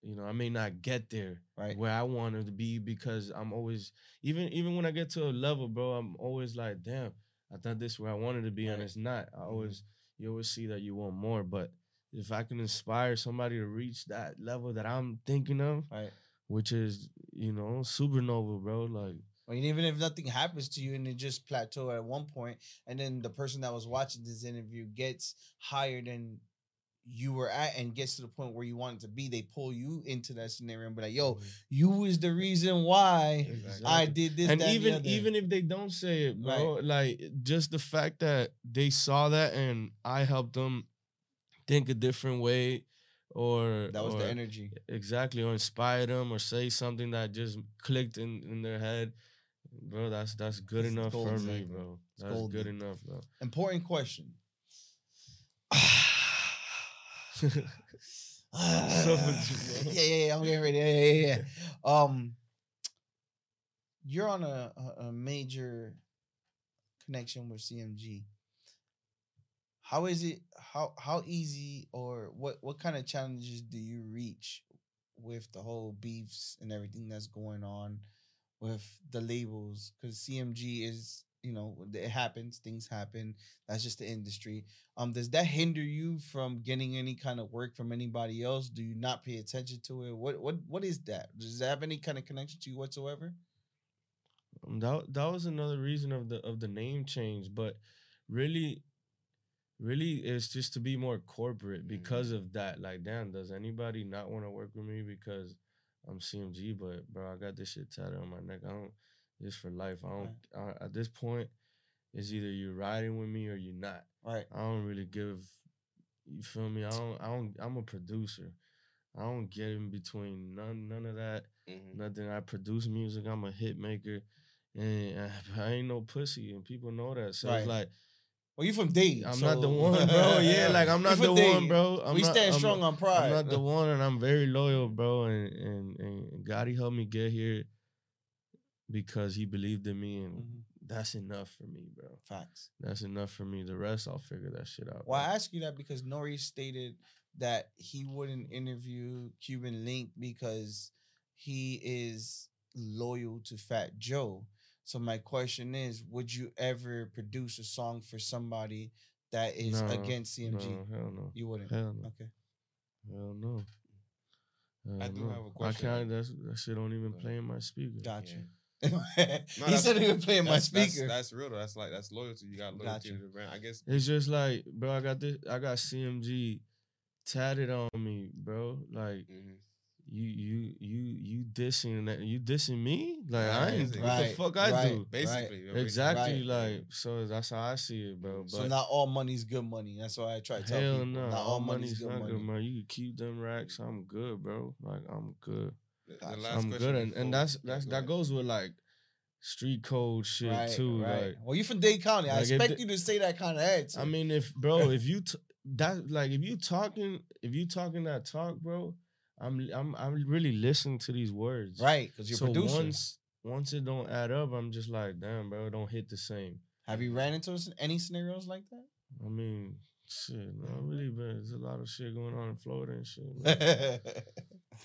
[SPEAKER 3] You know, I may not get there
[SPEAKER 2] Right.
[SPEAKER 3] where I wanted to be because I'm always even even when I get to a level, bro, I'm always like, damn, I thought this where I wanted to be and
[SPEAKER 1] Right.
[SPEAKER 3] it's not.
[SPEAKER 2] Mm-hmm.
[SPEAKER 3] I always you always see that you want more, but if I can inspire somebody to reach that level that I'm thinking of,
[SPEAKER 2] Right.
[SPEAKER 3] which is you know supernova, bro, like
[SPEAKER 2] Or even if nothing happens to you and it just plateau at one point, and then the person that was watching this interview gets higher than you were at and gets to the point where you wanted to be, they pull you into that scenario and be like,
[SPEAKER 3] Mm.
[SPEAKER 2] "Yo, you is the reason why
[SPEAKER 1] Exactly.
[SPEAKER 2] I did this."
[SPEAKER 3] and
[SPEAKER 2] that, the
[SPEAKER 3] even
[SPEAKER 2] other."
[SPEAKER 3] even if they don't say it, bro, like just the fact that they saw that and I helped them think a different way, or
[SPEAKER 2] that was
[SPEAKER 3] or-
[SPEAKER 2] the energy.
[SPEAKER 3] exactly or inspire them or say something that just clicked in, in their head bro that's that's good
[SPEAKER 2] That's
[SPEAKER 3] enough
[SPEAKER 2] gold,
[SPEAKER 3] for me
[SPEAKER 2] exactly.
[SPEAKER 3] bro
[SPEAKER 2] It's
[SPEAKER 3] that's
[SPEAKER 2] gold,
[SPEAKER 3] good
[SPEAKER 2] man.
[SPEAKER 3] enough bro
[SPEAKER 2] Important question.
[SPEAKER 3] Suffocate, bro.
[SPEAKER 2] yeah, yeah, yeah, I'm getting ready. Yeah, yeah, yeah, yeah. Um, you're on a, a- a major connection with CMG. How is it? How how easy or what what kind of challenges do you reach with the whole beefs and everything that's going on with the labels? Because CMG is you know it happens, things happen. That's just the industry. Um, does that hinder you from getting any kind of work from anybody else? Do you not pay attention to it? What what what is that? Does that have any kind of connection to you whatsoever?
[SPEAKER 3] Um, that that was another reason of the of the name change, but really, really, it's just to be more corporate
[SPEAKER 2] Mm-hmm.
[SPEAKER 3] because of that. Like, damn, does anybody not want to work with me because I'm CMG? But bro, I got this shit tatted on my neck. I don't. This for life. I don't. I, at this point, it's either you're riding with me or you're not.
[SPEAKER 2] Right.
[SPEAKER 3] I don't really give. You feel me? I don't. I don't. I'm a producer. I don't get in between none none of that
[SPEAKER 1] Mhm.
[SPEAKER 3] nothing. I produce music. I'm a hit maker, and I, I ain't no pussy, and people know that. So
[SPEAKER 2] Right.
[SPEAKER 3] it's like
[SPEAKER 2] Well, you from Dade.
[SPEAKER 3] I'm
[SPEAKER 2] so-
[SPEAKER 3] not the one, bro. Yeah, like I'm
[SPEAKER 2] You
[SPEAKER 3] not
[SPEAKER 2] from
[SPEAKER 3] the
[SPEAKER 2] Dade.
[SPEAKER 3] one, bro. I'm
[SPEAKER 2] we
[SPEAKER 3] not,
[SPEAKER 2] stand
[SPEAKER 3] I'm-
[SPEAKER 2] strong on pride.
[SPEAKER 3] I'm not the one, and I'm very loyal, bro. And and and God, he helped me get here because he believed in me, and
[SPEAKER 2] Mhm.
[SPEAKER 3] that's enough for me, bro.
[SPEAKER 2] Facts.
[SPEAKER 3] That's enough for me. The rest, I'll figure that shit out.
[SPEAKER 2] Well, I
[SPEAKER 3] bro.
[SPEAKER 2] ask you that because Nori stated that he wouldn't interview Cuban Link because he is loyal to Fat Joe. So my question is, would you ever produce a song for somebody that is
[SPEAKER 3] No,
[SPEAKER 2] against CMG?
[SPEAKER 3] No, hell no.
[SPEAKER 2] You uh, wouldn't.
[SPEAKER 3] Hell no.
[SPEAKER 2] Okay.
[SPEAKER 3] Hell no. Hell
[SPEAKER 1] I do
[SPEAKER 3] no.
[SPEAKER 1] have a question.
[SPEAKER 3] I can't. That's, that shit don't even
[SPEAKER 1] Go
[SPEAKER 3] play in my speaker.
[SPEAKER 2] Gotcha.
[SPEAKER 1] Yeah.
[SPEAKER 2] he
[SPEAKER 1] that's-
[SPEAKER 2] said he was playing my
[SPEAKER 1] That's- that's-
[SPEAKER 2] speaker.
[SPEAKER 1] That's, real though. That's like that's loyalty. You got loyalty
[SPEAKER 2] Gotcha.
[SPEAKER 1] to the brand. I guess
[SPEAKER 3] It's just like, bro, I got this, I got CMG tatted on me, bro. Like
[SPEAKER 1] mhm.
[SPEAKER 3] you, you, you, you dissing that, you dissing me? Like I
[SPEAKER 1] Right,
[SPEAKER 3] ain't what the
[SPEAKER 2] right,
[SPEAKER 3] fuck I
[SPEAKER 2] right.
[SPEAKER 3] do?
[SPEAKER 1] basically yeah,
[SPEAKER 3] Exactly.
[SPEAKER 1] basically.
[SPEAKER 3] Like so, that's how I see it, bro. But
[SPEAKER 1] Mm.
[SPEAKER 2] so not all money's good money. That's why I try to tell
[SPEAKER 3] hell
[SPEAKER 2] people.
[SPEAKER 3] no,
[SPEAKER 2] Not
[SPEAKER 3] all money's not good, man. You can keep them racks. I'm good, bro. Like I'm good.
[SPEAKER 1] The- the
[SPEAKER 2] Gotcha.
[SPEAKER 1] last
[SPEAKER 3] I'm
[SPEAKER 1] question
[SPEAKER 3] good, and,
[SPEAKER 1] before-
[SPEAKER 3] and that's
[SPEAKER 1] yeah,
[SPEAKER 3] that's
[SPEAKER 1] go
[SPEAKER 3] that
[SPEAKER 1] ahead.
[SPEAKER 3] goes with like street code shit
[SPEAKER 2] Right,
[SPEAKER 3] too.
[SPEAKER 2] right.
[SPEAKER 3] Like
[SPEAKER 2] well, you from Dade County. I
[SPEAKER 3] like, if
[SPEAKER 2] expect
[SPEAKER 3] the-
[SPEAKER 2] you to say that kind of attitude.
[SPEAKER 3] I mean, if bro, if you t- that like if you talking if you talking that talk, bro, I'm I'm I'm really listening to these words.
[SPEAKER 2] right? Because you're
[SPEAKER 3] so
[SPEAKER 2] producing.
[SPEAKER 3] once once it don't add up, I'm just like, damn, bro, it don't hit the same.
[SPEAKER 2] Have you ran into s- any scenarios like
[SPEAKER 3] I mean, shit, no, I really been there's a lot of shit going on in Florida and shit. man.
[SPEAKER 2] that?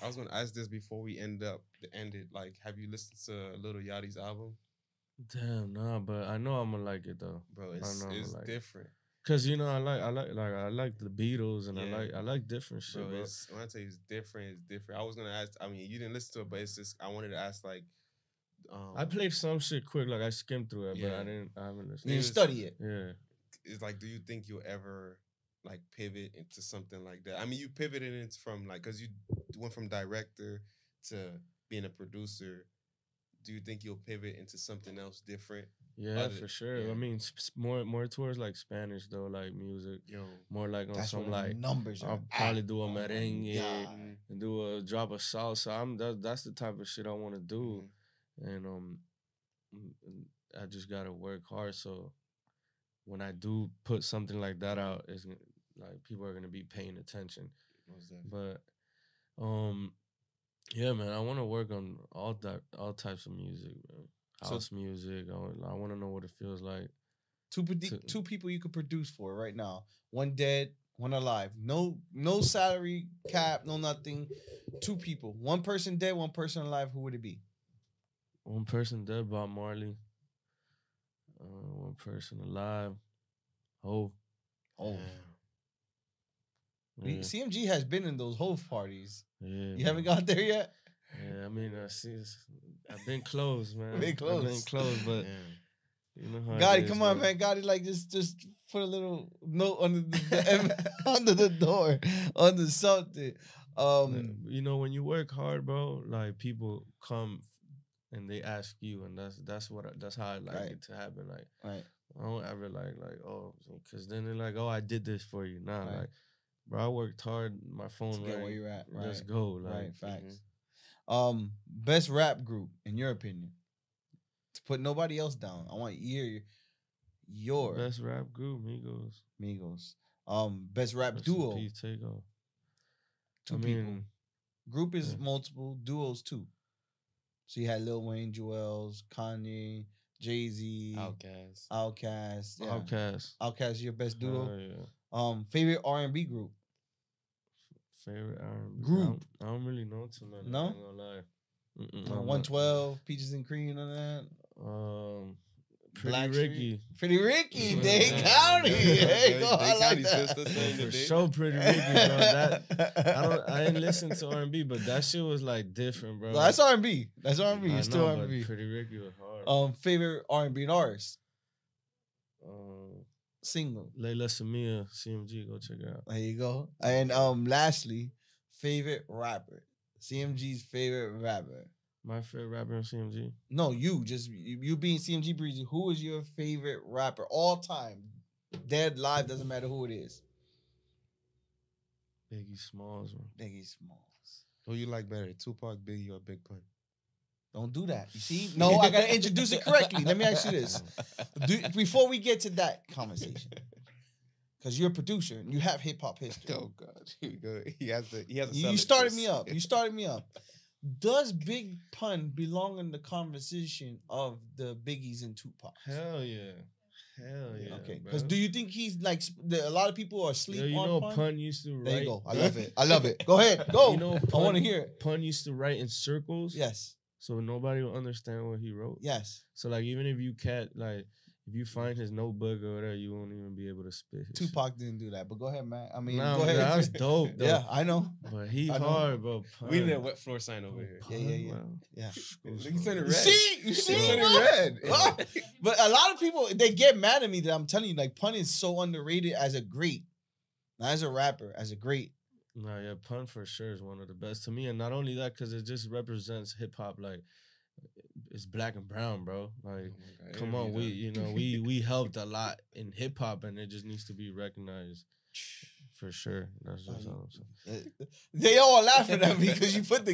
[SPEAKER 1] I was gonna ask this before we end up the ended. Like, have you listened to Little Yachty's album,
[SPEAKER 3] damn, nah, but I know I'm gonna like it though,
[SPEAKER 1] bro? It's
[SPEAKER 3] know,
[SPEAKER 1] it's
[SPEAKER 3] like,
[SPEAKER 1] different,
[SPEAKER 3] cause you know I like I like like I like the Beatles and
[SPEAKER 1] Yeah.
[SPEAKER 3] I like I like different shit,
[SPEAKER 1] bro.
[SPEAKER 3] bro.
[SPEAKER 1] It's, when I tell you it's different, it's different. I was gonna ask. I mean, you didn't listen to it, but it's just I wanted to ask like, um,
[SPEAKER 3] I played some shit quick, like I skimmed through it, but
[SPEAKER 1] Yeah.
[SPEAKER 3] I didn't. I haven't listened.
[SPEAKER 2] you
[SPEAKER 1] was-
[SPEAKER 2] study it.
[SPEAKER 3] Yeah,
[SPEAKER 1] is like, do you think you'll ever like pivot into something like that? I mean, you pivoted into from like because you went from director to being a producer. Do you think you'll pivot into something else different?
[SPEAKER 3] Yeah,
[SPEAKER 1] Other-
[SPEAKER 3] for sure.
[SPEAKER 1] yeah.
[SPEAKER 3] I mean, s- s- more more towards like Spanish though, like music.
[SPEAKER 1] Yo,
[SPEAKER 3] More like on
[SPEAKER 2] That's what
[SPEAKER 3] some
[SPEAKER 2] like
[SPEAKER 3] like
[SPEAKER 2] numbers are.
[SPEAKER 3] I'll probably
[SPEAKER 2] at.
[SPEAKER 3] do a
[SPEAKER 2] Oh my
[SPEAKER 3] merengue
[SPEAKER 2] God.
[SPEAKER 3] and do a drop of salsa. I'm that, that's the type of shit I want to do,
[SPEAKER 2] Mm-hmm.
[SPEAKER 3] and um, mm, mm, I just gotta work hard. So when I do put something like that out, it's gonna- like people are gonna be paying attention. But um, yeah, man, I want to work on all that all types of music, bro.
[SPEAKER 2] So-
[SPEAKER 3] House music. I, wa- I want to know what it feels like.
[SPEAKER 2] Two, predi-
[SPEAKER 3] to-
[SPEAKER 2] two people you could produce for right now. One dead, one alive. No, no salary cap, no nothing. Two people. One person dead, one person alive. Who would it be?
[SPEAKER 3] One person dead, Bob Marley. Uh, one person alive, Hove.
[SPEAKER 2] Oh,
[SPEAKER 3] Yeah,
[SPEAKER 2] CMG has been in those whole parties.
[SPEAKER 3] yeah,
[SPEAKER 2] You haven't
[SPEAKER 3] man.
[SPEAKER 2] got there yet.
[SPEAKER 3] Yeah, I mean, I see. it's- I've been close, man.
[SPEAKER 2] Been
[SPEAKER 3] I've
[SPEAKER 2] close.
[SPEAKER 3] been close, but you know how.
[SPEAKER 2] Gotti,
[SPEAKER 3] it is,
[SPEAKER 2] come on, man. Gotti, like just just put a little note under the, the em- under the door, under something. Um,
[SPEAKER 3] you know when you work hard, bro, like people come and they ask you, and that's that's what I, that's how I like
[SPEAKER 2] Right.
[SPEAKER 3] it to happen. Like
[SPEAKER 2] right.
[SPEAKER 3] I don't ever like like oh, because then they're like, oh, I did this for you. Nah,
[SPEAKER 2] Right.
[SPEAKER 3] like bro, I worked hard. My
[SPEAKER 2] To
[SPEAKER 3] phone
[SPEAKER 2] get where
[SPEAKER 3] rang.
[SPEAKER 2] you're at. Right.
[SPEAKER 3] Let's go. Like, mm-hmm.
[SPEAKER 2] right. Facts. Um, best rap group in your opinion. To put nobody else down, I want your your
[SPEAKER 3] Best rap group, Migos.
[SPEAKER 2] Migos. Um, best rap
[SPEAKER 3] Rest in
[SPEAKER 2] duo.
[SPEAKER 3] peace, take off.
[SPEAKER 2] Two
[SPEAKER 3] I
[SPEAKER 2] people.
[SPEAKER 3] mean,
[SPEAKER 2] Group is
[SPEAKER 3] Yeah.
[SPEAKER 2] multiple, duos too. So you had Lil Wayne, Jewels, Kanye, Jay Z,
[SPEAKER 1] Outcast.
[SPEAKER 2] Outkast, yeah.
[SPEAKER 3] Outkast.
[SPEAKER 2] Outkast, your best duo.
[SPEAKER 3] Hell yeah.
[SPEAKER 2] Um, favorite R and B group.
[SPEAKER 3] Favorite R&B
[SPEAKER 2] Group.
[SPEAKER 3] I don't, I don't really know too many. I
[SPEAKER 2] No?
[SPEAKER 3] ain't gonna lie. Mm-mm, I'm
[SPEAKER 2] Uh, One
[SPEAKER 3] not-
[SPEAKER 2] Twelve, Peaches and Cream, and that.
[SPEAKER 3] Um, Pretty
[SPEAKER 2] Black Street.
[SPEAKER 3] Ricky.
[SPEAKER 2] Pretty Ricky,
[SPEAKER 3] Yeah.
[SPEAKER 2] Dane
[SPEAKER 3] Yeah.
[SPEAKER 2] County.
[SPEAKER 3] Yeah.
[SPEAKER 2] There you go.
[SPEAKER 1] Dane
[SPEAKER 2] I like
[SPEAKER 1] County,
[SPEAKER 2] that.
[SPEAKER 1] sister,
[SPEAKER 3] Yeah,
[SPEAKER 1] Dang,
[SPEAKER 3] for
[SPEAKER 1] the dick.
[SPEAKER 3] sure, Pretty Ricky, bro. That I don't. I ain't listen to R&B, but that shit was like different, bro.
[SPEAKER 2] No, that's R and B. That's R and B.
[SPEAKER 3] I
[SPEAKER 2] It's still
[SPEAKER 3] know,
[SPEAKER 2] R
[SPEAKER 3] but
[SPEAKER 2] and B.
[SPEAKER 3] Pretty Ricky was hard.
[SPEAKER 2] Um, favorite R and B artist
[SPEAKER 3] Um,
[SPEAKER 2] single.
[SPEAKER 3] Layla Samia, CMG, go check her out.
[SPEAKER 2] There you go. And um, lastly, favorite rapper. CMG's favorite rapper.
[SPEAKER 3] My favorite rapper on CMG.
[SPEAKER 2] No, you just you, you being CMG Breezy. Who is your favorite rapper all time? Dead, live, doesn't matter who it is.
[SPEAKER 3] Biggie Smalls, man.
[SPEAKER 2] Biggie Smalls.
[SPEAKER 1] Who you like better, Tupac, Biggie, or Big Pun?
[SPEAKER 2] Don't do that. You see? No, I gotta introduce it correctly. Let me ask you this. Do, before we get to that conversation, because you're a producer and you have hip hop history.
[SPEAKER 1] Oh God, here we go. He has to. He has to.
[SPEAKER 2] You,
[SPEAKER 1] sell
[SPEAKER 2] you
[SPEAKER 1] it
[SPEAKER 2] started
[SPEAKER 1] first.
[SPEAKER 2] me up. You started me up. Does Big Pun belong in the conversation of the Biggies and Tupac?
[SPEAKER 3] Hell yeah. Hell yeah.
[SPEAKER 2] okay.
[SPEAKER 3] bro.
[SPEAKER 2] Because do you think he's like sp- the, a lot of people are asleep
[SPEAKER 3] Yo, you
[SPEAKER 2] on
[SPEAKER 3] know
[SPEAKER 2] Pun?
[SPEAKER 3] Pun used to write.
[SPEAKER 2] There you go. I love it. I love it. Go ahead. Go.
[SPEAKER 3] You know,
[SPEAKER 2] I want to
[SPEAKER 3] Pun-
[SPEAKER 2] hear it.
[SPEAKER 3] Pun used to write in circles.
[SPEAKER 2] Yes.
[SPEAKER 3] So nobody will understand what he wrote.
[SPEAKER 2] Yes.
[SPEAKER 3] So like even if you cat like if you find his notebook or whatever, you won't even be able to spit. His shit.
[SPEAKER 2] Tupac didn't do that, but go ahead, man. I mean,
[SPEAKER 3] Nah,
[SPEAKER 2] go
[SPEAKER 3] but
[SPEAKER 2] ahead.
[SPEAKER 3] That's dope though.
[SPEAKER 2] yeah, I know.
[SPEAKER 3] But he
[SPEAKER 2] I know.
[SPEAKER 3] hard, bro. Pun.
[SPEAKER 1] We need a wet floor sign over here.
[SPEAKER 2] Yeah, yeah, yeah.
[SPEAKER 3] Pun,
[SPEAKER 2] Yeah.
[SPEAKER 3] bro.
[SPEAKER 1] Look, he said it
[SPEAKER 2] You
[SPEAKER 1] Red.
[SPEAKER 2] see, you
[SPEAKER 1] He
[SPEAKER 2] see,
[SPEAKER 1] said it
[SPEAKER 2] bro?
[SPEAKER 1] red.
[SPEAKER 2] Oh, but a lot of people they get mad at me that I'm telling you, like Pun is so underrated as a great, not as a rapper, as a great.
[SPEAKER 3] Nah, yeah, Pun for sure is one of the best to me, and not only that, cause it just represents hip hop. Like it's black and brown, bro. Like.
[SPEAKER 1] Mm,
[SPEAKER 3] Come on, we you know we we helped a lot in hip hop, and it just needs to be recognized for sure. That's
[SPEAKER 2] Oh,
[SPEAKER 3] just
[SPEAKER 2] you-
[SPEAKER 3] all I'm saying.
[SPEAKER 2] They all laughing at me because you put the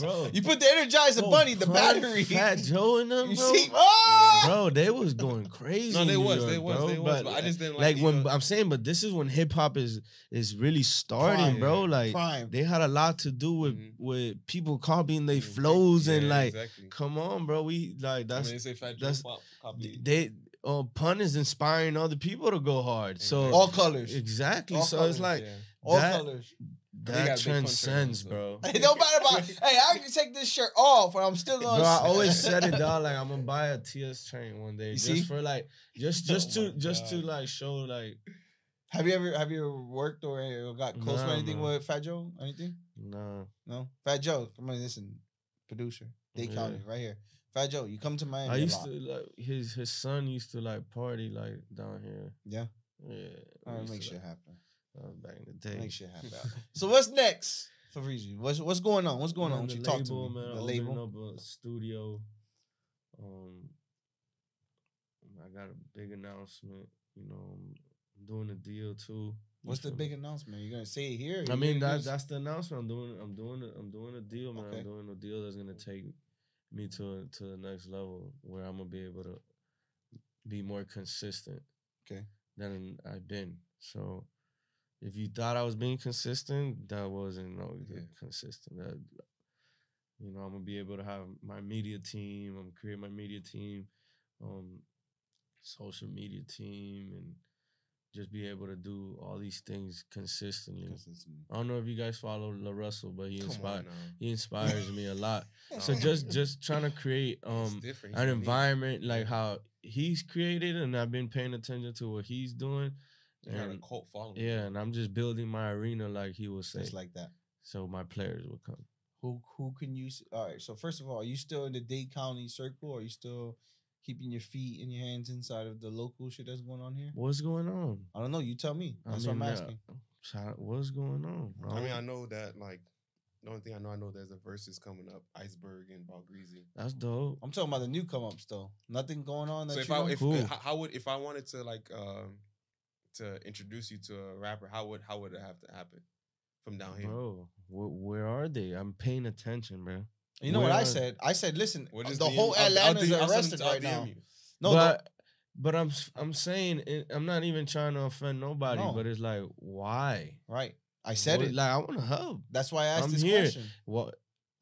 [SPEAKER 3] bro.
[SPEAKER 2] you put the Energizer
[SPEAKER 3] bro,
[SPEAKER 2] Bunny, the
[SPEAKER 3] Pun,
[SPEAKER 2] battery.
[SPEAKER 3] Fat Joe and them,
[SPEAKER 2] you
[SPEAKER 3] bro.
[SPEAKER 2] see, oh!
[SPEAKER 3] bro, they was going crazy.
[SPEAKER 1] No, they
[SPEAKER 3] in New
[SPEAKER 1] was, they
[SPEAKER 3] York,
[SPEAKER 1] was,
[SPEAKER 3] bro,
[SPEAKER 1] they was. But I just didn't like,
[SPEAKER 3] like,
[SPEAKER 1] you
[SPEAKER 3] when
[SPEAKER 1] know-
[SPEAKER 3] I'm saying, but this is when hip hop is is really starting,
[SPEAKER 2] Prime,
[SPEAKER 3] bro.
[SPEAKER 1] yeah,
[SPEAKER 3] Like
[SPEAKER 2] prime.
[SPEAKER 3] they had a lot to do with
[SPEAKER 1] Mhm.
[SPEAKER 3] with people copying their
[SPEAKER 1] Mhm.
[SPEAKER 3] flows and
[SPEAKER 1] Yeah,
[SPEAKER 3] like,
[SPEAKER 1] Exactly.
[SPEAKER 3] come on, bro. We like
[SPEAKER 1] That's,
[SPEAKER 3] that's
[SPEAKER 1] they say fat that's,
[SPEAKER 3] that's-
[SPEAKER 1] pop, copy.
[SPEAKER 3] they. Uh, pun is inspiring other people to go hard. So
[SPEAKER 2] all colors,
[SPEAKER 3] exactly.
[SPEAKER 2] all
[SPEAKER 3] so
[SPEAKER 2] colors,
[SPEAKER 3] it's like
[SPEAKER 1] yeah.
[SPEAKER 2] all
[SPEAKER 3] that-
[SPEAKER 2] colors.
[SPEAKER 1] got a
[SPEAKER 3] that
[SPEAKER 1] big punch right now,
[SPEAKER 3] transcends,
[SPEAKER 1] so.
[SPEAKER 3] bro.
[SPEAKER 2] It don't matter about. hey, I can take this shirt off, and I'm still
[SPEAKER 3] Bro,
[SPEAKER 2] on.
[SPEAKER 3] I always said it, dog. Like I'm gonna buy a TS train one day,
[SPEAKER 2] You
[SPEAKER 3] just
[SPEAKER 2] see?
[SPEAKER 3] for like, just just
[SPEAKER 1] Oh
[SPEAKER 3] to
[SPEAKER 1] my
[SPEAKER 3] just to
[SPEAKER 1] God.
[SPEAKER 3] like show like,
[SPEAKER 2] Have you ever have you ever worked or uh, got close
[SPEAKER 3] Nah,
[SPEAKER 2] or anything
[SPEAKER 3] man.
[SPEAKER 2] with Fat Joe? Anything?
[SPEAKER 3] nah.
[SPEAKER 2] No, Fat Joe. Come on, listen, producer, Day
[SPEAKER 3] Yeah.
[SPEAKER 2] County, right here. Fat Joe, you come to Miami.
[SPEAKER 3] I
[SPEAKER 2] a
[SPEAKER 3] used
[SPEAKER 2] lot.
[SPEAKER 3] to like his his son used to like party like down here.
[SPEAKER 2] Yeah.
[SPEAKER 3] Yeah. we
[SPEAKER 2] All right,
[SPEAKER 3] used
[SPEAKER 2] make
[SPEAKER 3] to
[SPEAKER 2] shit
[SPEAKER 3] like-
[SPEAKER 2] happen.
[SPEAKER 3] that was back in the day.
[SPEAKER 2] Make shit happen. so what's next for Reezy? What's what's going on? What's going on?
[SPEAKER 3] Man,
[SPEAKER 2] with you
[SPEAKER 3] the
[SPEAKER 2] talk to
[SPEAKER 3] label,
[SPEAKER 2] me.
[SPEAKER 3] man,
[SPEAKER 2] the
[SPEAKER 3] opening
[SPEAKER 2] label.
[SPEAKER 3] up a studio. Um, I got a big announcement. You know, I'm doing a deal too. you
[SPEAKER 2] What's the
[SPEAKER 3] feel me?
[SPEAKER 2] big announcement? You're gonna say it here?
[SPEAKER 3] I
[SPEAKER 2] You're
[SPEAKER 3] mean,
[SPEAKER 2] gonna
[SPEAKER 3] that's
[SPEAKER 2] use-
[SPEAKER 3] that's the announcement. I'm doing. I'm doing. a- I'm doing a deal, man.
[SPEAKER 2] Okay.
[SPEAKER 3] I'm doing a deal that's gonna take me to to the next level where I'm gonna be able to be more consistent.
[SPEAKER 2] Okay.
[SPEAKER 3] Than I've been. So, if you thought I was being consistent, that wasn't no
[SPEAKER 2] Yeah.
[SPEAKER 3] consistent. That you know, I'm gonna be able to have my media team. I'm create my media team, um, social media team, and just be able to do all these things consistently. I don't know if you guys follow La Russell, but he
[SPEAKER 1] Come on
[SPEAKER 3] inspired
[SPEAKER 1] now.
[SPEAKER 3] he inspires me a lot. So
[SPEAKER 1] Oh.
[SPEAKER 3] just just trying to create
[SPEAKER 1] It's
[SPEAKER 3] um
[SPEAKER 1] different.
[SPEAKER 3] an
[SPEAKER 1] He's unique.
[SPEAKER 3] environment like
[SPEAKER 1] Yeah.
[SPEAKER 3] how he's created, and I've been paying attention to what he's doing.
[SPEAKER 1] You got a
[SPEAKER 3] and-
[SPEAKER 1] cult following.
[SPEAKER 3] Yeah, and I'm just building my arena, like he would say,
[SPEAKER 2] Just like that.
[SPEAKER 3] so my players will come.
[SPEAKER 2] Who who can you? s- All right. So first of all, are you still in the Dade County circle? Or are you still keeping your feet and your hands inside of the local shit that's going on here?
[SPEAKER 3] What's going on?
[SPEAKER 2] I don't know. You tell me.
[SPEAKER 3] I
[SPEAKER 2] That's
[SPEAKER 3] mean,
[SPEAKER 2] what
[SPEAKER 3] uh,
[SPEAKER 2] I'm asking.
[SPEAKER 3] shout- What's going on?
[SPEAKER 1] I mean, I
[SPEAKER 3] know.
[SPEAKER 1] know that like the only thing I know, I know there's a versus coming up, Iceberg and Balgreasy.
[SPEAKER 3] that's dope.
[SPEAKER 2] I'm talking about the new come ups though. Nothing going on. That
[SPEAKER 1] So if
[SPEAKER 2] you
[SPEAKER 1] I
[SPEAKER 2] know?
[SPEAKER 1] if
[SPEAKER 3] Cool.
[SPEAKER 1] h- how would if I wanted to like um to introduce you to a rapper, how would how would it have to happen from down here?
[SPEAKER 3] Bro, wh- where are they? I'm paying attention, bro.
[SPEAKER 2] you know what I
[SPEAKER 3] where-
[SPEAKER 2] said? I said, listen,
[SPEAKER 1] We'll
[SPEAKER 2] the
[SPEAKER 1] just DM
[SPEAKER 2] whole
[SPEAKER 1] I'll- I'll
[SPEAKER 2] Atlanta's
[SPEAKER 1] DM I'll send them
[SPEAKER 2] arrested
[SPEAKER 1] to- I'll
[SPEAKER 2] right now.
[SPEAKER 1] DM you.
[SPEAKER 2] No, the-
[SPEAKER 3] but but I'm s- I'm saying it, I'm not even trying to offend nobody,
[SPEAKER 2] No.
[SPEAKER 3] but it's like why?
[SPEAKER 2] right. I said
[SPEAKER 3] What-
[SPEAKER 2] it.
[SPEAKER 3] Like I want to help.
[SPEAKER 2] That's why I asked
[SPEAKER 3] I'm
[SPEAKER 2] this
[SPEAKER 3] here.
[SPEAKER 2] question.
[SPEAKER 3] Well,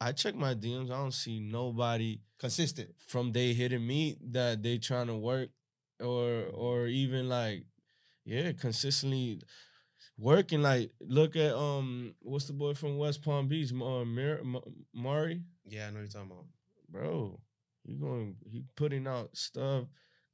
[SPEAKER 3] I check my DMs. I don't see nobody
[SPEAKER 2] Consistent.
[SPEAKER 3] from they hitting me that they trying to work or or even like yeah consistently working. Like look at um what's the boy from West Palm Beach, Ma- Mir- Ma- Mari,
[SPEAKER 1] Yeah, I know what you're talking about.
[SPEAKER 3] bro. He going he putting out stuff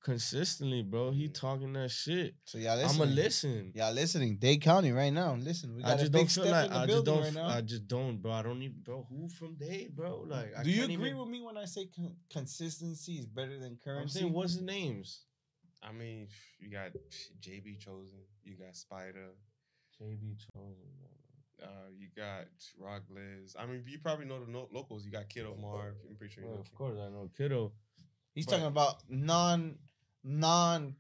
[SPEAKER 3] consistently, bro. He
[SPEAKER 2] Mm.
[SPEAKER 1] Mhm.
[SPEAKER 3] talking that shit.
[SPEAKER 2] So y'all
[SPEAKER 3] I'ma
[SPEAKER 2] listening.
[SPEAKER 3] listen.
[SPEAKER 2] Y'all listening. Dade County right now. Listen, we
[SPEAKER 3] I
[SPEAKER 2] got
[SPEAKER 3] just
[SPEAKER 2] a
[SPEAKER 3] don't
[SPEAKER 2] big
[SPEAKER 3] feel
[SPEAKER 2] step
[SPEAKER 3] like
[SPEAKER 2] in the
[SPEAKER 3] I just
[SPEAKER 2] building
[SPEAKER 3] don't.
[SPEAKER 2] right now.
[SPEAKER 3] I just don't, bro. I don't even, bro. Who from day, bro? Like, I
[SPEAKER 2] Do you
[SPEAKER 3] can't
[SPEAKER 2] agree
[SPEAKER 3] even,
[SPEAKER 2] with me when I say con- consistency is better than currency?
[SPEAKER 3] I'm saying what's the names?
[SPEAKER 1] I mean, you got JB Chosen, you got Spider,
[SPEAKER 3] JB Chosen,
[SPEAKER 1] uh, you got Rock Liz. I mean, you probably know the no- locals. You got Kid Omar. I'm pretty sure you know.
[SPEAKER 3] of
[SPEAKER 1] Kid.
[SPEAKER 3] course I know Kiddo.
[SPEAKER 2] He's
[SPEAKER 1] But-
[SPEAKER 2] talking about non, non.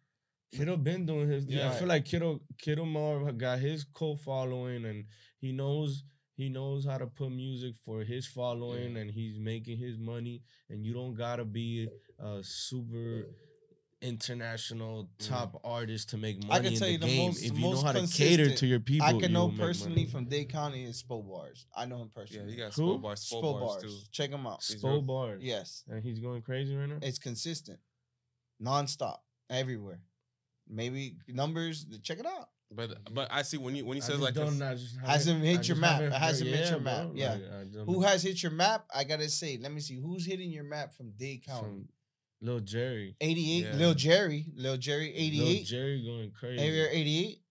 [SPEAKER 3] Kiddo been doing his. Yeah, I
[SPEAKER 1] Yeah.
[SPEAKER 3] feel like Kiddo Kiddo Mar got his cult following, and he knows he knows how to put music for his following, and he's making his money. And you don't gotta be a super international
[SPEAKER 1] Mhm.
[SPEAKER 3] top artist to make money
[SPEAKER 2] Mm. I can
[SPEAKER 3] in
[SPEAKER 2] tell
[SPEAKER 3] the
[SPEAKER 2] you the
[SPEAKER 3] game.
[SPEAKER 2] most-
[SPEAKER 3] if you know
[SPEAKER 2] most
[SPEAKER 3] how to cater to
[SPEAKER 2] consistent-
[SPEAKER 3] your people,
[SPEAKER 2] I can
[SPEAKER 3] you'll
[SPEAKER 2] know
[SPEAKER 3] make money.
[SPEAKER 2] personally from Dade County is Spo Bars. I know him
[SPEAKER 1] Yeah,
[SPEAKER 2] personally.
[SPEAKER 1] you got
[SPEAKER 3] Who?
[SPEAKER 1] Spot Bars, Spot
[SPEAKER 2] Spo
[SPEAKER 1] Bars
[SPEAKER 2] Bars.
[SPEAKER 1] too.
[SPEAKER 2] Check him out.
[SPEAKER 1] Is
[SPEAKER 3] Spo
[SPEAKER 1] it-
[SPEAKER 3] Bars.
[SPEAKER 2] Yes,
[SPEAKER 3] And he's going crazy right now?
[SPEAKER 2] it's consistent, nonstop, everywhere. Maybe numbers. Check it out.
[SPEAKER 1] But but I see when you when he
[SPEAKER 3] I
[SPEAKER 1] says
[SPEAKER 3] just
[SPEAKER 1] like
[SPEAKER 3] don't-
[SPEAKER 1] this-
[SPEAKER 3] I just haven't-
[SPEAKER 2] Hasn't hit
[SPEAKER 3] I
[SPEAKER 2] your
[SPEAKER 3] just
[SPEAKER 2] map.
[SPEAKER 3] haven't
[SPEAKER 2] It hasn't
[SPEAKER 3] heard-
[SPEAKER 2] hit your
[SPEAKER 3] bro,
[SPEAKER 2] map, yeah.
[SPEAKER 3] like, I don't
[SPEAKER 2] Who
[SPEAKER 3] know.
[SPEAKER 2] has hit your map? I gotta say. Let me see who's hitting your map from Dade County.
[SPEAKER 3] Some Lil Jerry.
[SPEAKER 2] 88,
[SPEAKER 1] Yeah.
[SPEAKER 2] Lil Jerry, Lil Jerry,
[SPEAKER 3] Lil
[SPEAKER 2] 88,
[SPEAKER 3] Jerry going crazy.
[SPEAKER 2] area 88,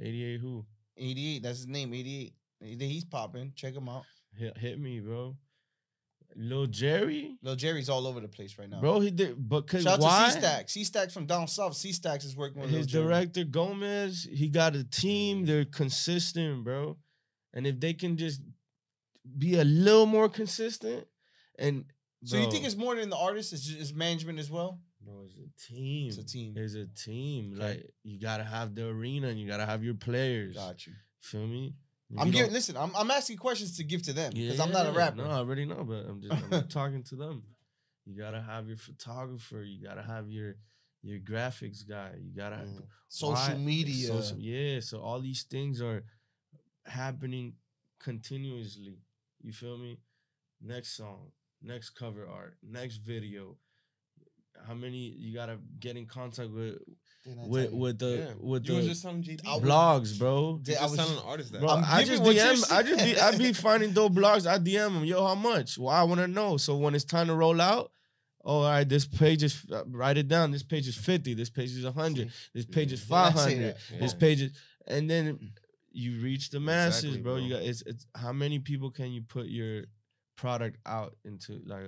[SPEAKER 3] 88 who?
[SPEAKER 2] 88. That's his name, 88. He- He's popping. Check him out.
[SPEAKER 3] Hit, hit me, bro. Lil Jerry?
[SPEAKER 2] Lil Jerry's all over the place right now.
[SPEAKER 3] Bro, he did but cause
[SPEAKER 2] Shout out
[SPEAKER 3] why?
[SPEAKER 2] to C Stacks. C Stacks from down south. C Stacks is working with
[SPEAKER 3] His
[SPEAKER 2] Lil Jerry.
[SPEAKER 3] director Gomez, he got a team. They're consistent, bro. And if they can just be a little more consistent and
[SPEAKER 2] So you think
[SPEAKER 3] bro.
[SPEAKER 2] it's more than the artist? It's, just, it's management as well.
[SPEAKER 3] Bro, it's a team.
[SPEAKER 2] It's a team.
[SPEAKER 3] It's a team.
[SPEAKER 2] Okay.
[SPEAKER 3] Like you gotta have the arena and you gotta have your players.
[SPEAKER 2] Got you.
[SPEAKER 3] Feel me? If
[SPEAKER 2] I'm
[SPEAKER 3] you
[SPEAKER 2] giving.
[SPEAKER 3] don't-
[SPEAKER 2] Listen, I'm, I'm asking questions to give to them because I'm not a
[SPEAKER 3] Yeah,
[SPEAKER 2] rapper.
[SPEAKER 3] No, I already know, but I'm just I'm just talking to them. You gotta have your photographer. You gotta have your your graphics guy. You gotta
[SPEAKER 1] Mm.
[SPEAKER 2] social
[SPEAKER 3] why-
[SPEAKER 2] media.
[SPEAKER 3] social- yeah, so all these things are happening continuously. You feel me? Next song, next cover art, next video. How many you gotta get in contact with
[SPEAKER 2] Didn't I tell
[SPEAKER 3] with
[SPEAKER 2] you?
[SPEAKER 3] with the
[SPEAKER 1] yeah.
[SPEAKER 3] with
[SPEAKER 1] you was
[SPEAKER 3] the
[SPEAKER 1] just telling JB.
[SPEAKER 2] I was-
[SPEAKER 3] blogs, bro.
[SPEAKER 2] Did-
[SPEAKER 1] you
[SPEAKER 2] I
[SPEAKER 1] just
[SPEAKER 2] was-
[SPEAKER 1] telling an artist that.
[SPEAKER 3] Bro,
[SPEAKER 2] I'm
[SPEAKER 3] I
[SPEAKER 2] giving
[SPEAKER 3] just
[SPEAKER 2] what you're
[SPEAKER 3] DM, I just be, I be finding dope blogs. I DM them, yo, how much? Well, I want to know. So when it's time to roll out, oh, all right, this page is uh, write it down. This page is fifty. This page is hundred. This page is
[SPEAKER 1] Yeah.
[SPEAKER 2] Didn't I
[SPEAKER 3] five
[SPEAKER 2] say
[SPEAKER 3] hundred.
[SPEAKER 2] that?
[SPEAKER 1] Yeah.
[SPEAKER 3] This page is, and then you reach the masses,
[SPEAKER 1] Exactly,
[SPEAKER 3] bro. You
[SPEAKER 1] bro.
[SPEAKER 3] got it's it's how many people can you put your product out into? Like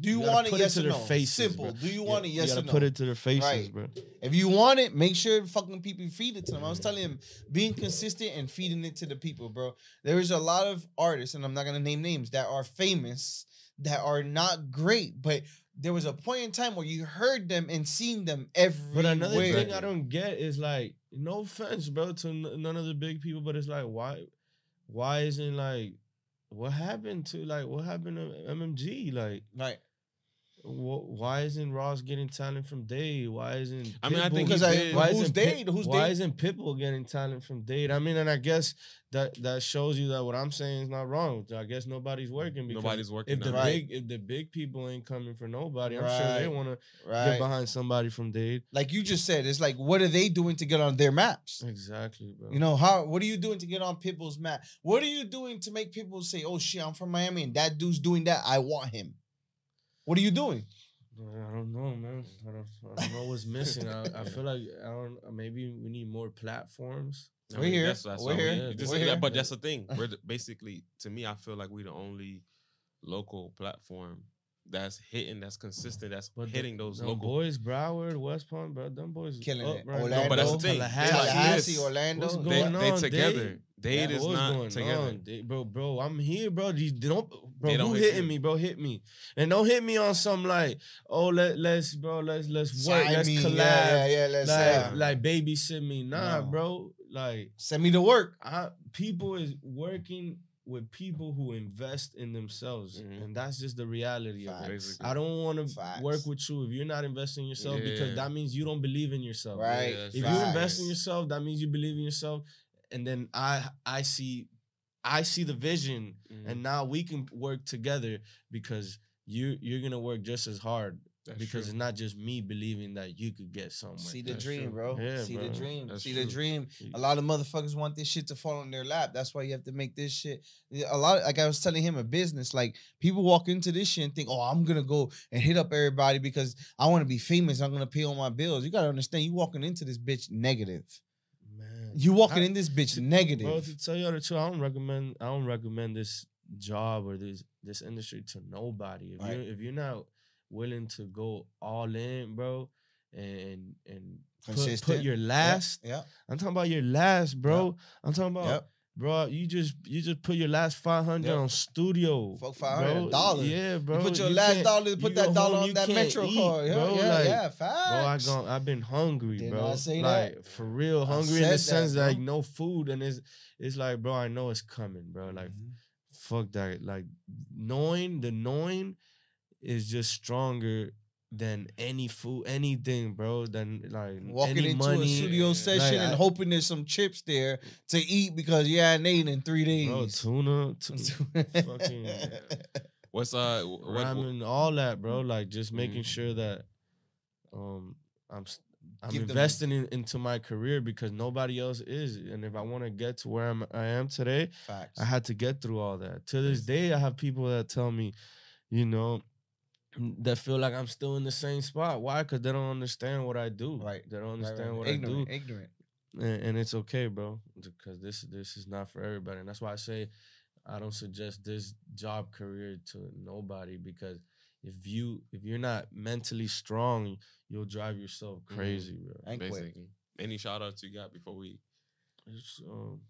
[SPEAKER 2] Do you,
[SPEAKER 3] gotta
[SPEAKER 2] want it?
[SPEAKER 3] put it
[SPEAKER 2] Yes
[SPEAKER 3] to
[SPEAKER 2] or
[SPEAKER 3] their
[SPEAKER 2] no?
[SPEAKER 3] faces,
[SPEAKER 2] Simple.
[SPEAKER 3] bro.
[SPEAKER 2] Do you want it?
[SPEAKER 3] you
[SPEAKER 2] Yes
[SPEAKER 3] gotta
[SPEAKER 2] or no?
[SPEAKER 3] put it to their faces,
[SPEAKER 2] Right.
[SPEAKER 3] bro.
[SPEAKER 2] If you want it, make sure fucking people feed it to them. I was telling him being consistent and feeding it to the people, bro. There is a lot of artists, and I'm not gonna name names that are famous that are not great, but there was a point in time where you heard them and seen them everywhere.
[SPEAKER 3] But another thing
[SPEAKER 1] Exactly.
[SPEAKER 3] I don't get is like, no offense, bro, to n- none of the big people, but it's like, why, why isn't like, what happened to like, what happened to MMG? Like,
[SPEAKER 2] right?
[SPEAKER 3] wh- why isn't Ross getting talent from Dade? Why isn't
[SPEAKER 1] I mean, I
[SPEAKER 3] Pitbull-
[SPEAKER 1] think
[SPEAKER 2] Because
[SPEAKER 1] he
[SPEAKER 2] I,
[SPEAKER 1] did.
[SPEAKER 3] why
[SPEAKER 2] who's
[SPEAKER 3] isn't Pit-
[SPEAKER 2] Dade? Who's
[SPEAKER 3] why
[SPEAKER 2] Dade?
[SPEAKER 3] isn't Pitbull getting talent from Dade? I mean, and I guess that that shows you that what I'm saying is not wrong. I guess nobody's working because
[SPEAKER 1] Nobody's working.
[SPEAKER 3] if the
[SPEAKER 1] now.
[SPEAKER 2] Right.
[SPEAKER 3] big if the big people ain't coming for nobody, I'm sure
[SPEAKER 2] Right.
[SPEAKER 3] they want to get
[SPEAKER 2] Right.
[SPEAKER 3] behind somebody from Dade.
[SPEAKER 2] Like you just said, it's like what are they doing to get on their maps?
[SPEAKER 3] Exactly, bro.
[SPEAKER 2] You know how? What are you doing to get on Pitbull's map? What are you doing to make people say, "Oh shit, I'm from Miami, and that dude's doing that. I want him." What are you doing?
[SPEAKER 3] Man, I don't know, man. I don't, I don't know what's missing. I, I feel like I don't. Maybe we need more platforms.
[SPEAKER 1] I
[SPEAKER 2] We're here.
[SPEAKER 1] That's, that's
[SPEAKER 2] We're
[SPEAKER 1] what we-
[SPEAKER 3] here.
[SPEAKER 1] this
[SPEAKER 2] We're
[SPEAKER 1] is-
[SPEAKER 2] here.
[SPEAKER 1] But that's the thing. We're the, basically, to me, I feel like we're the only local platform that's hitting, that's consistent, that's
[SPEAKER 3] But the-
[SPEAKER 1] hitting those
[SPEAKER 3] Them
[SPEAKER 1] local.
[SPEAKER 3] boys, Broward, West Palm, bro. Them boys is
[SPEAKER 2] Killing
[SPEAKER 3] up
[SPEAKER 2] it.
[SPEAKER 3] Oh, Right
[SPEAKER 2] Orlando,
[SPEAKER 1] No, but that's the thing.
[SPEAKER 3] Tallahassee.
[SPEAKER 1] They like
[SPEAKER 2] Tallahassee,
[SPEAKER 1] this.
[SPEAKER 2] Orlando.
[SPEAKER 3] What's
[SPEAKER 1] They,
[SPEAKER 3] going
[SPEAKER 1] they
[SPEAKER 3] on,
[SPEAKER 1] together. They
[SPEAKER 3] Yeah,
[SPEAKER 1] is
[SPEAKER 3] what's
[SPEAKER 1] not
[SPEAKER 3] going
[SPEAKER 1] together.
[SPEAKER 3] on? They- bro, bro, I'm here, bro. You don't, bro.
[SPEAKER 1] They don't
[SPEAKER 3] who
[SPEAKER 1] hit
[SPEAKER 3] hitting
[SPEAKER 1] you.
[SPEAKER 3] me, bro? Hit me, and don't hit me on some like, oh, let let's, bro, let's let's work,
[SPEAKER 2] Sign
[SPEAKER 3] let's
[SPEAKER 2] me.
[SPEAKER 3] collab,
[SPEAKER 2] Yeah, yeah, yeah, let's
[SPEAKER 3] like
[SPEAKER 2] uh,
[SPEAKER 3] like babysit me, nah,
[SPEAKER 2] No.
[SPEAKER 3] bro. Like
[SPEAKER 2] send me to work.
[SPEAKER 3] I, people is working with people who invest in themselves,
[SPEAKER 1] Mhm.
[SPEAKER 3] and that's just the reality of it.
[SPEAKER 2] Facts.
[SPEAKER 1] Basically.
[SPEAKER 3] I don't want to
[SPEAKER 2] Facts.
[SPEAKER 3] work with you if you're not investing in yourself because
[SPEAKER 1] Yeah.
[SPEAKER 3] that means you don't believe in yourself.
[SPEAKER 2] Right.
[SPEAKER 1] that's
[SPEAKER 3] If you
[SPEAKER 1] facts.
[SPEAKER 3] invest in yourself, that means you believe in yourself, and then I I see I see the vision,
[SPEAKER 1] Mhm.
[SPEAKER 2] Mm-hmm.
[SPEAKER 3] and now we can work together because you you're gonna work just as hard
[SPEAKER 1] That's
[SPEAKER 3] because
[SPEAKER 1] true.
[SPEAKER 3] it's not just me believing that you could get somewhere.
[SPEAKER 2] See the
[SPEAKER 1] that's
[SPEAKER 2] dream,
[SPEAKER 1] true.
[SPEAKER 2] bro.
[SPEAKER 3] Yeah,
[SPEAKER 2] See the
[SPEAKER 3] bro.
[SPEAKER 2] dream.
[SPEAKER 1] That's
[SPEAKER 2] See
[SPEAKER 1] true.
[SPEAKER 2] the dream.
[SPEAKER 3] You-
[SPEAKER 2] A lot of motherfuckers want this shit to fall on their lap. That's why you have to make this shit. yeah, A lot, like I was telling him, a business. Like people walk into this shit and think, "Oh, I'm gonna go and hit up everybody because I want to be famous. I'm gonna pay all my bills." You gotta understand, you walking into this bitch negative.
[SPEAKER 3] man.
[SPEAKER 2] You walking
[SPEAKER 3] I-
[SPEAKER 2] in this bitch
[SPEAKER 3] to-
[SPEAKER 2] negative.
[SPEAKER 3] Bro, to tell you the truth, I don't recommend I don't recommend this job or this this industry to nobody. If
[SPEAKER 2] Right.
[SPEAKER 3] you if you're not willing to go all in, bro, and and put, put
[SPEAKER 2] Consistent.
[SPEAKER 3] your last.
[SPEAKER 2] yeah,
[SPEAKER 3] I'm talking about your last, bro. I'm talking about,
[SPEAKER 2] Yep.
[SPEAKER 3] bro. You just you just put your last five hundred
[SPEAKER 2] Yep.
[SPEAKER 3] on studio.
[SPEAKER 2] Fuck
[SPEAKER 3] bro.
[SPEAKER 2] $500.
[SPEAKER 3] Yeah, bro.
[SPEAKER 2] you put your
[SPEAKER 3] You
[SPEAKER 2] last
[SPEAKER 3] can't-
[SPEAKER 2] dollar,
[SPEAKER 3] you
[SPEAKER 2] put
[SPEAKER 3] go
[SPEAKER 2] that dollar
[SPEAKER 3] home,
[SPEAKER 2] on
[SPEAKER 3] you
[SPEAKER 2] that
[SPEAKER 3] can't
[SPEAKER 2] Metro
[SPEAKER 3] eat,
[SPEAKER 2] card. Yeah,
[SPEAKER 3] bro.
[SPEAKER 2] yeah,
[SPEAKER 3] like,
[SPEAKER 2] yeah.
[SPEAKER 3] Bro, I
[SPEAKER 2] Facts.
[SPEAKER 3] gone, I've been hungry,
[SPEAKER 2] Did
[SPEAKER 3] bro.
[SPEAKER 2] I say
[SPEAKER 3] like
[SPEAKER 2] that?
[SPEAKER 3] for real, hungry in
[SPEAKER 2] said
[SPEAKER 3] the
[SPEAKER 2] that,
[SPEAKER 3] sense
[SPEAKER 2] bro.
[SPEAKER 3] like no food, and it's it's like, bro, I know it's coming, bro. Like
[SPEAKER 2] Mhm.
[SPEAKER 3] fuck that. Like knowing the knowing is just stronger than any food, anything, bro. Than like
[SPEAKER 2] walking
[SPEAKER 3] any
[SPEAKER 2] into
[SPEAKER 3] money.
[SPEAKER 2] a studio
[SPEAKER 1] Like,
[SPEAKER 2] session and
[SPEAKER 3] I-
[SPEAKER 2] hoping there's some chips there to eat because you hadn't eaten in three days.
[SPEAKER 3] Bro, tuna, tu- fucking
[SPEAKER 1] What's uh? What, what,
[SPEAKER 3] ramen, all that, bro. Like just making
[SPEAKER 1] Mhm.
[SPEAKER 2] Mm-hmm.
[SPEAKER 3] sure that um I'm s- I'm
[SPEAKER 2] Give them-
[SPEAKER 3] investing in, into my career because nobody else is, and if I want to get to where I'm, I am today,
[SPEAKER 2] Facts.
[SPEAKER 3] I had to get through all that. To this day, I have people that tell me, you know, that feel like I'm still in the same spot. Why? Because they don't understand what I do.
[SPEAKER 2] Right.
[SPEAKER 3] They don't understand what I do
[SPEAKER 2] ignorant, ignorant.
[SPEAKER 3] and, and it's okay, bro, because this this is not for everybody, and that's why I say I don't suggest this job career to nobody because if you if you're not mentally strong, you'll drive yourself
[SPEAKER 1] Mhm.
[SPEAKER 3] crazy, bro.
[SPEAKER 2] And quit.
[SPEAKER 1] basically, any shout outs you got before we?
[SPEAKER 3] It's, um,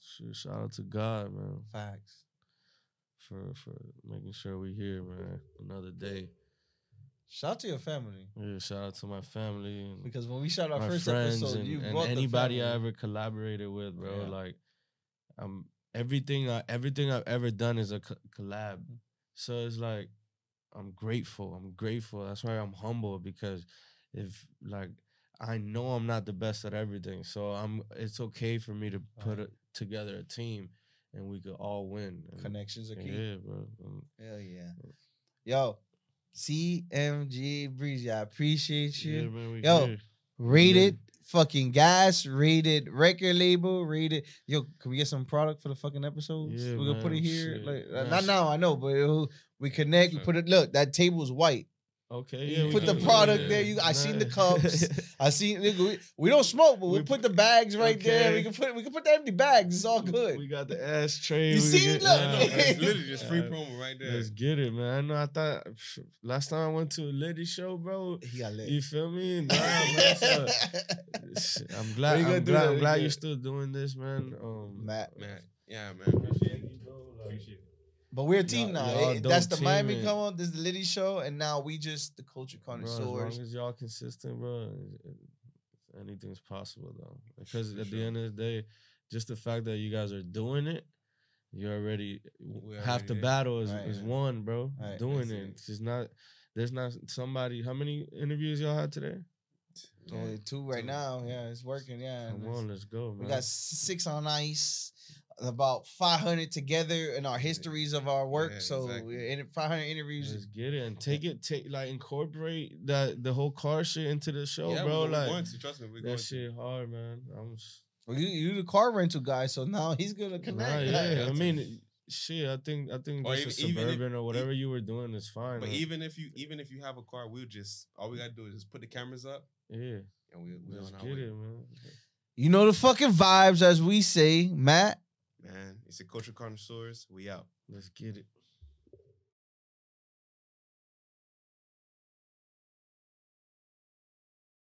[SPEAKER 3] shit, shout out to God, man,
[SPEAKER 2] Facts.
[SPEAKER 3] for for making sure we here, man, another day.
[SPEAKER 2] Shout out to your family
[SPEAKER 3] Yeah, shout out to my family and
[SPEAKER 2] because when we shot our
[SPEAKER 3] my
[SPEAKER 2] first
[SPEAKER 3] friends
[SPEAKER 2] episode,
[SPEAKER 3] and,
[SPEAKER 2] you
[SPEAKER 3] and
[SPEAKER 2] brought the
[SPEAKER 3] anybody I
[SPEAKER 2] family.
[SPEAKER 3] ever collaborated with, bro.
[SPEAKER 2] Yeah.
[SPEAKER 3] Like, um, everything I everything I've ever done is a co- collab,
[SPEAKER 2] Mm-hmm.
[SPEAKER 3] so it's like I'm grateful. I'm grateful. That's why I'm humble because if like I know I'm not the best at everything, so I'm. It's okay for me to put
[SPEAKER 2] Right.
[SPEAKER 3] a, together a team, and we could all win. and-
[SPEAKER 2] connections are key.
[SPEAKER 3] Yeah, bro. Um,
[SPEAKER 2] Hell yeah. Yo, CMG Breezy, I appreciate you.
[SPEAKER 3] yeah, man, we
[SPEAKER 2] Yo,
[SPEAKER 3] here.
[SPEAKER 2] Rated fucking gas, rated record label, rated. Yo, can we get some product for the fucking episodes?
[SPEAKER 3] Yeah,
[SPEAKER 2] We're gonna put
[SPEAKER 3] man,
[SPEAKER 2] it here.
[SPEAKER 3] shit.
[SPEAKER 2] Like uh,
[SPEAKER 3] Man,
[SPEAKER 2] not
[SPEAKER 3] shit.
[SPEAKER 2] now, I know, but it'll- we connect. We
[SPEAKER 1] Sure.
[SPEAKER 2] put it. Look, that table's white.
[SPEAKER 3] Okay,
[SPEAKER 1] You
[SPEAKER 3] yeah. we
[SPEAKER 1] put
[SPEAKER 3] can
[SPEAKER 1] the
[SPEAKER 3] do
[SPEAKER 2] product
[SPEAKER 3] that.
[SPEAKER 2] there, you- I seen the cups.
[SPEAKER 3] Nah.
[SPEAKER 2] I see. nigga, We, we don't smoke, but we
[SPEAKER 3] We-
[SPEAKER 2] put the bags right there. We
[SPEAKER 3] okay.
[SPEAKER 2] can put we can put the empty bags. It's all
[SPEAKER 3] We-
[SPEAKER 2] good.
[SPEAKER 3] We got the ass train.
[SPEAKER 2] You
[SPEAKER 3] we
[SPEAKER 2] see?
[SPEAKER 3] get-
[SPEAKER 2] Look.
[SPEAKER 1] I
[SPEAKER 3] Nah,
[SPEAKER 1] know,
[SPEAKER 3] let's-
[SPEAKER 1] it's literally just free
[SPEAKER 3] nah,
[SPEAKER 1] promo right there.
[SPEAKER 3] Let's get it, man. I know. I thought last time I went to a lady show, bro.
[SPEAKER 2] He got lit.
[SPEAKER 3] You feel me? Nah, man, so- Shh, I'm glad.
[SPEAKER 2] We gonna
[SPEAKER 3] I'm
[SPEAKER 2] do
[SPEAKER 3] glad.
[SPEAKER 2] that,
[SPEAKER 3] I'm
[SPEAKER 2] we
[SPEAKER 3] glad
[SPEAKER 2] good.
[SPEAKER 3] you're still doing this, man. Um,
[SPEAKER 2] Matt.
[SPEAKER 1] Man, yeah, man.
[SPEAKER 2] But we're a team
[SPEAKER 3] Y'all-
[SPEAKER 2] now.
[SPEAKER 3] y'all
[SPEAKER 2] It- that's
[SPEAKER 3] dope
[SPEAKER 2] the Miami
[SPEAKER 3] team, man.
[SPEAKER 2] come on. This is the Liddy show, and now we just the culture
[SPEAKER 3] Bro, as long
[SPEAKER 2] connoisseurs.
[SPEAKER 3] as y'all consistent, bro, it- it- anything's possible though. Because
[SPEAKER 1] For
[SPEAKER 3] at the
[SPEAKER 1] sure.
[SPEAKER 3] end of the day, just the fact that you guys are doing it, you already
[SPEAKER 1] We
[SPEAKER 3] half the
[SPEAKER 1] already there.
[SPEAKER 3] battle is,
[SPEAKER 2] Right,
[SPEAKER 3] is
[SPEAKER 1] yeah.
[SPEAKER 3] won, bro.
[SPEAKER 2] Right,
[SPEAKER 3] doing
[SPEAKER 1] that's
[SPEAKER 3] it.
[SPEAKER 1] it.
[SPEAKER 3] It's just not. There's not somebody. How many interviews y'all had today?
[SPEAKER 2] Only two right
[SPEAKER 1] Two.
[SPEAKER 2] now. Yeah, it's working. Yeah, and
[SPEAKER 3] Come
[SPEAKER 2] it's-
[SPEAKER 3] on, let's go,
[SPEAKER 2] we
[SPEAKER 3] man.
[SPEAKER 2] got s- six on ice, about five hundred together in our histories of our work.
[SPEAKER 1] Yeah,
[SPEAKER 2] so
[SPEAKER 1] exactly.
[SPEAKER 2] we're in five hundred interviews.
[SPEAKER 3] Let's get it and take it. Take like incorporate that the whole car shit into the show,
[SPEAKER 1] yeah,
[SPEAKER 3] bro.
[SPEAKER 1] we,
[SPEAKER 3] Like
[SPEAKER 1] we want to trust me. We're going
[SPEAKER 3] that
[SPEAKER 1] to.
[SPEAKER 3] shit hard, man. I'm. s-
[SPEAKER 2] Well, you you the car rental guy, so now he's gonna
[SPEAKER 3] Nah,
[SPEAKER 2] connect.
[SPEAKER 1] yeah,
[SPEAKER 3] yeah, I
[SPEAKER 1] that's
[SPEAKER 3] mean,
[SPEAKER 1] it.
[SPEAKER 3] it- shit. I think I think
[SPEAKER 1] Or
[SPEAKER 3] just a
[SPEAKER 1] even- even if- e
[SPEAKER 3] suburban or whatever you were doing is fine.
[SPEAKER 1] But
[SPEAKER 3] like,
[SPEAKER 1] even if you even if you have a car, we'll just all we gotta do is just put the cameras up
[SPEAKER 3] yeah,
[SPEAKER 1] and we we
[SPEAKER 3] let's
[SPEAKER 1] on our
[SPEAKER 3] get
[SPEAKER 1] way.
[SPEAKER 3] it, man.
[SPEAKER 2] You know the fucking vibes, as we say, Matt.
[SPEAKER 1] Man, it's a culture connoisseurs. We out.
[SPEAKER 3] Let's get it.